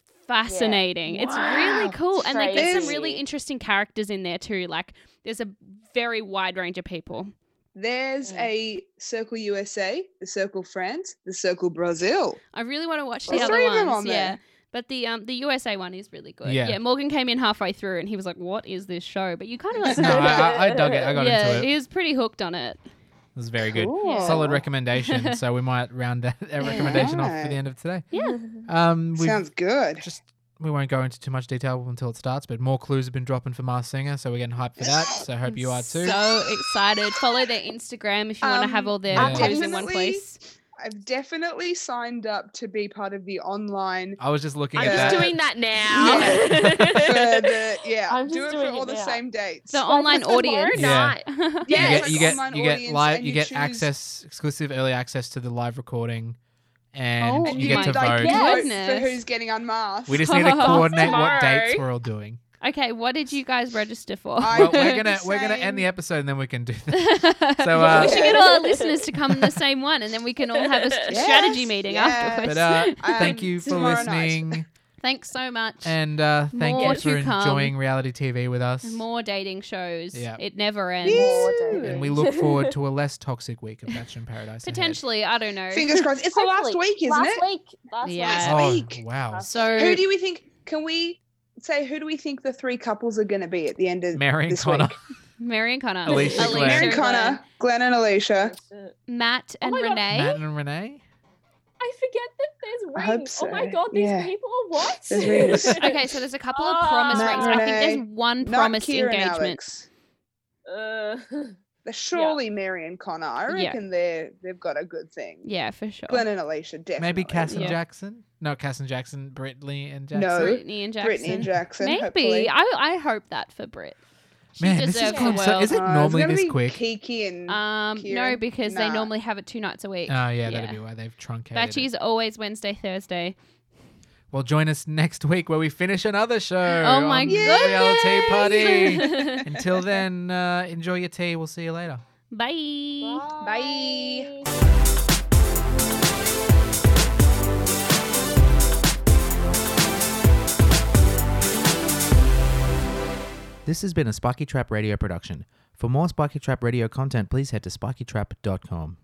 [SPEAKER 4] fascinating. It's really
[SPEAKER 3] Wow.
[SPEAKER 4] cool, and they get some
[SPEAKER 3] Crazy.
[SPEAKER 4] really interesting characters in there too. Like there's a very wide range of people.
[SPEAKER 3] There's
[SPEAKER 5] Mm.
[SPEAKER 3] a Circle USA, the Circle France, the Circle Brazil.
[SPEAKER 4] I really want to watch the
[SPEAKER 3] There's
[SPEAKER 4] other
[SPEAKER 3] three of
[SPEAKER 4] ones.
[SPEAKER 3] them on
[SPEAKER 4] yeah.
[SPEAKER 3] there.
[SPEAKER 4] But the um the USA one is really good. Yeah.
[SPEAKER 1] Yeah.
[SPEAKER 4] Morgan came in halfway through and he was like, "What is this show?" But you kind of like,
[SPEAKER 1] No, I, I, I dug it. I got
[SPEAKER 4] yeah,
[SPEAKER 1] into it.
[SPEAKER 4] he was pretty hooked on it.
[SPEAKER 1] It was very good.
[SPEAKER 4] Yeah.
[SPEAKER 1] Solid recommendation. so we might round that that recommendation off for
[SPEAKER 3] Alright.
[SPEAKER 1] the end of today.
[SPEAKER 4] Yeah.
[SPEAKER 1] Um, we've
[SPEAKER 3] Sounds good.
[SPEAKER 1] just we won't go into too much detail until it starts, but more clues have been dropping for Mars Singer, so we're getting hyped for that. So I hope you are too.
[SPEAKER 4] So excited! Follow their Instagram if you want to
[SPEAKER 3] Um,
[SPEAKER 4] have all their
[SPEAKER 1] Yeah.
[SPEAKER 4] clues in one
[SPEAKER 3] Definitely.
[SPEAKER 4] place.
[SPEAKER 3] I've definitely signed up to be part of the online
[SPEAKER 1] I was just looking
[SPEAKER 2] I'm
[SPEAKER 1] at
[SPEAKER 2] just
[SPEAKER 1] that.
[SPEAKER 2] doing that
[SPEAKER 3] for
[SPEAKER 2] now.
[SPEAKER 3] the yeah.
[SPEAKER 5] I'm
[SPEAKER 3] do
[SPEAKER 5] just
[SPEAKER 3] it for
[SPEAKER 5] doing it
[SPEAKER 3] all the
[SPEAKER 5] now.
[SPEAKER 3] same dates.
[SPEAKER 4] The online
[SPEAKER 2] Tomorrow
[SPEAKER 4] audience.
[SPEAKER 1] Yeah.
[SPEAKER 3] Yeah,
[SPEAKER 1] you
[SPEAKER 3] it's
[SPEAKER 1] get
[SPEAKER 3] like
[SPEAKER 1] you get
[SPEAKER 3] online
[SPEAKER 1] you get
[SPEAKER 3] audience
[SPEAKER 1] live
[SPEAKER 3] and
[SPEAKER 1] you
[SPEAKER 3] you
[SPEAKER 1] get
[SPEAKER 3] choose-
[SPEAKER 1] access exclusive early access to the live recording and
[SPEAKER 4] Oh
[SPEAKER 1] you get
[SPEAKER 4] my
[SPEAKER 1] to
[SPEAKER 3] like,
[SPEAKER 1] vote.
[SPEAKER 5] yeah.
[SPEAKER 3] vote
[SPEAKER 4] Goodness.
[SPEAKER 3] for who's getting unmasked.
[SPEAKER 1] We just need to coordinate
[SPEAKER 2] Tomorrow.
[SPEAKER 1] what dates we're all doing.
[SPEAKER 4] Okay, what did you guys register for?
[SPEAKER 3] I
[SPEAKER 1] Well,
[SPEAKER 3] did
[SPEAKER 1] we're
[SPEAKER 3] the
[SPEAKER 1] gonna we're gonna end the
[SPEAKER 3] same.
[SPEAKER 1] episode and then we can do that.
[SPEAKER 4] so
[SPEAKER 1] uh,
[SPEAKER 4] we should get all our listeners to come in the same one, and then we can all have a s-
[SPEAKER 5] Yes,
[SPEAKER 4] strategy meeting
[SPEAKER 3] yes.
[SPEAKER 4] afterwards.
[SPEAKER 1] But uh,
[SPEAKER 3] Um,
[SPEAKER 1] thank you for
[SPEAKER 3] tomorrow night.
[SPEAKER 1] listening,
[SPEAKER 4] Thanks so much.
[SPEAKER 1] and uh, thank
[SPEAKER 4] More
[SPEAKER 1] you for
[SPEAKER 4] to come.
[SPEAKER 1] enjoying reality TV with us.
[SPEAKER 4] More dating shows.
[SPEAKER 1] Yeah.
[SPEAKER 4] It never ends.
[SPEAKER 3] Yes.
[SPEAKER 1] And we look forward to a less toxic week of Bachelor in Paradise. ahead.
[SPEAKER 4] Potentially, I don't know.
[SPEAKER 3] Fingers crossed. It's the last
[SPEAKER 5] Hopefully.
[SPEAKER 3] week, isn't
[SPEAKER 5] last
[SPEAKER 3] it?
[SPEAKER 5] Week. Last
[SPEAKER 4] Yeah.
[SPEAKER 5] week.
[SPEAKER 1] Oh
[SPEAKER 3] week.
[SPEAKER 1] wow,
[SPEAKER 4] So
[SPEAKER 3] Who do we think? Can we say who do we think the three couples are going to be at the end of
[SPEAKER 1] Mary and
[SPEAKER 3] this
[SPEAKER 1] Connor.
[SPEAKER 3] week?
[SPEAKER 4] Mary and Connor,
[SPEAKER 1] Alicia Glenn.
[SPEAKER 3] Mary and
[SPEAKER 1] Sure,
[SPEAKER 3] Connor, Glenn and Alicia.
[SPEAKER 4] Matt and
[SPEAKER 5] my God.
[SPEAKER 4] Renee.
[SPEAKER 1] Oh Matt and Renee.
[SPEAKER 5] I forget that there's rings.
[SPEAKER 3] I hope
[SPEAKER 5] Oh my
[SPEAKER 3] so.
[SPEAKER 5] god, these
[SPEAKER 3] Yeah.
[SPEAKER 5] people. What?
[SPEAKER 3] There's rings.
[SPEAKER 4] Okay, so there's a couple of promise
[SPEAKER 5] Ah.
[SPEAKER 4] rings. I think
[SPEAKER 3] Renee.
[SPEAKER 4] there's one
[SPEAKER 3] Not
[SPEAKER 4] promise
[SPEAKER 3] Keira and
[SPEAKER 4] engagement.
[SPEAKER 3] Alex.
[SPEAKER 5] Uh,
[SPEAKER 3] They're surely Mary and Connor. I
[SPEAKER 4] Yeah.
[SPEAKER 3] reckon they're they've got a good thing.
[SPEAKER 4] Yeah, for sure.
[SPEAKER 3] Glenn and Alicia, definitely.
[SPEAKER 1] Maybe Cass and
[SPEAKER 4] Yeah.
[SPEAKER 1] Jackson. No, Cass and Jackson. Brittany and
[SPEAKER 3] No.
[SPEAKER 1] Jackson.
[SPEAKER 4] Brittany and Jackson.
[SPEAKER 3] Brittany and Jackson.
[SPEAKER 4] Maybe
[SPEAKER 3] hopefully.
[SPEAKER 4] I I hope that for Brit. She
[SPEAKER 1] Man, this is
[SPEAKER 4] deserves
[SPEAKER 1] going
[SPEAKER 4] the
[SPEAKER 1] so.
[SPEAKER 4] world.
[SPEAKER 1] Is it
[SPEAKER 3] Uh, it's
[SPEAKER 1] normally
[SPEAKER 3] gonna
[SPEAKER 1] this
[SPEAKER 3] be
[SPEAKER 1] quick?
[SPEAKER 3] Kiki and
[SPEAKER 4] um, no,
[SPEAKER 3] Kieran?
[SPEAKER 4] because they
[SPEAKER 3] Nah.
[SPEAKER 4] normally have it two nights a week.
[SPEAKER 1] Oh yeah,
[SPEAKER 4] Yeah.
[SPEAKER 1] that'd be why they've truncated. it.
[SPEAKER 4] Batchy's always Wednesday, Thursday.
[SPEAKER 1] Well, join us next week where we finish another show.
[SPEAKER 4] Oh my
[SPEAKER 1] on
[SPEAKER 4] goodness!
[SPEAKER 1] Reality Party.
[SPEAKER 4] party.
[SPEAKER 1] Until then, uh, enjoy your tea. We'll see you later.
[SPEAKER 4] Bye.
[SPEAKER 5] Bye.
[SPEAKER 1] This has been a Spiky Trap Radio production. For more Spiky Trap Radio content, please head to spikytrap.com.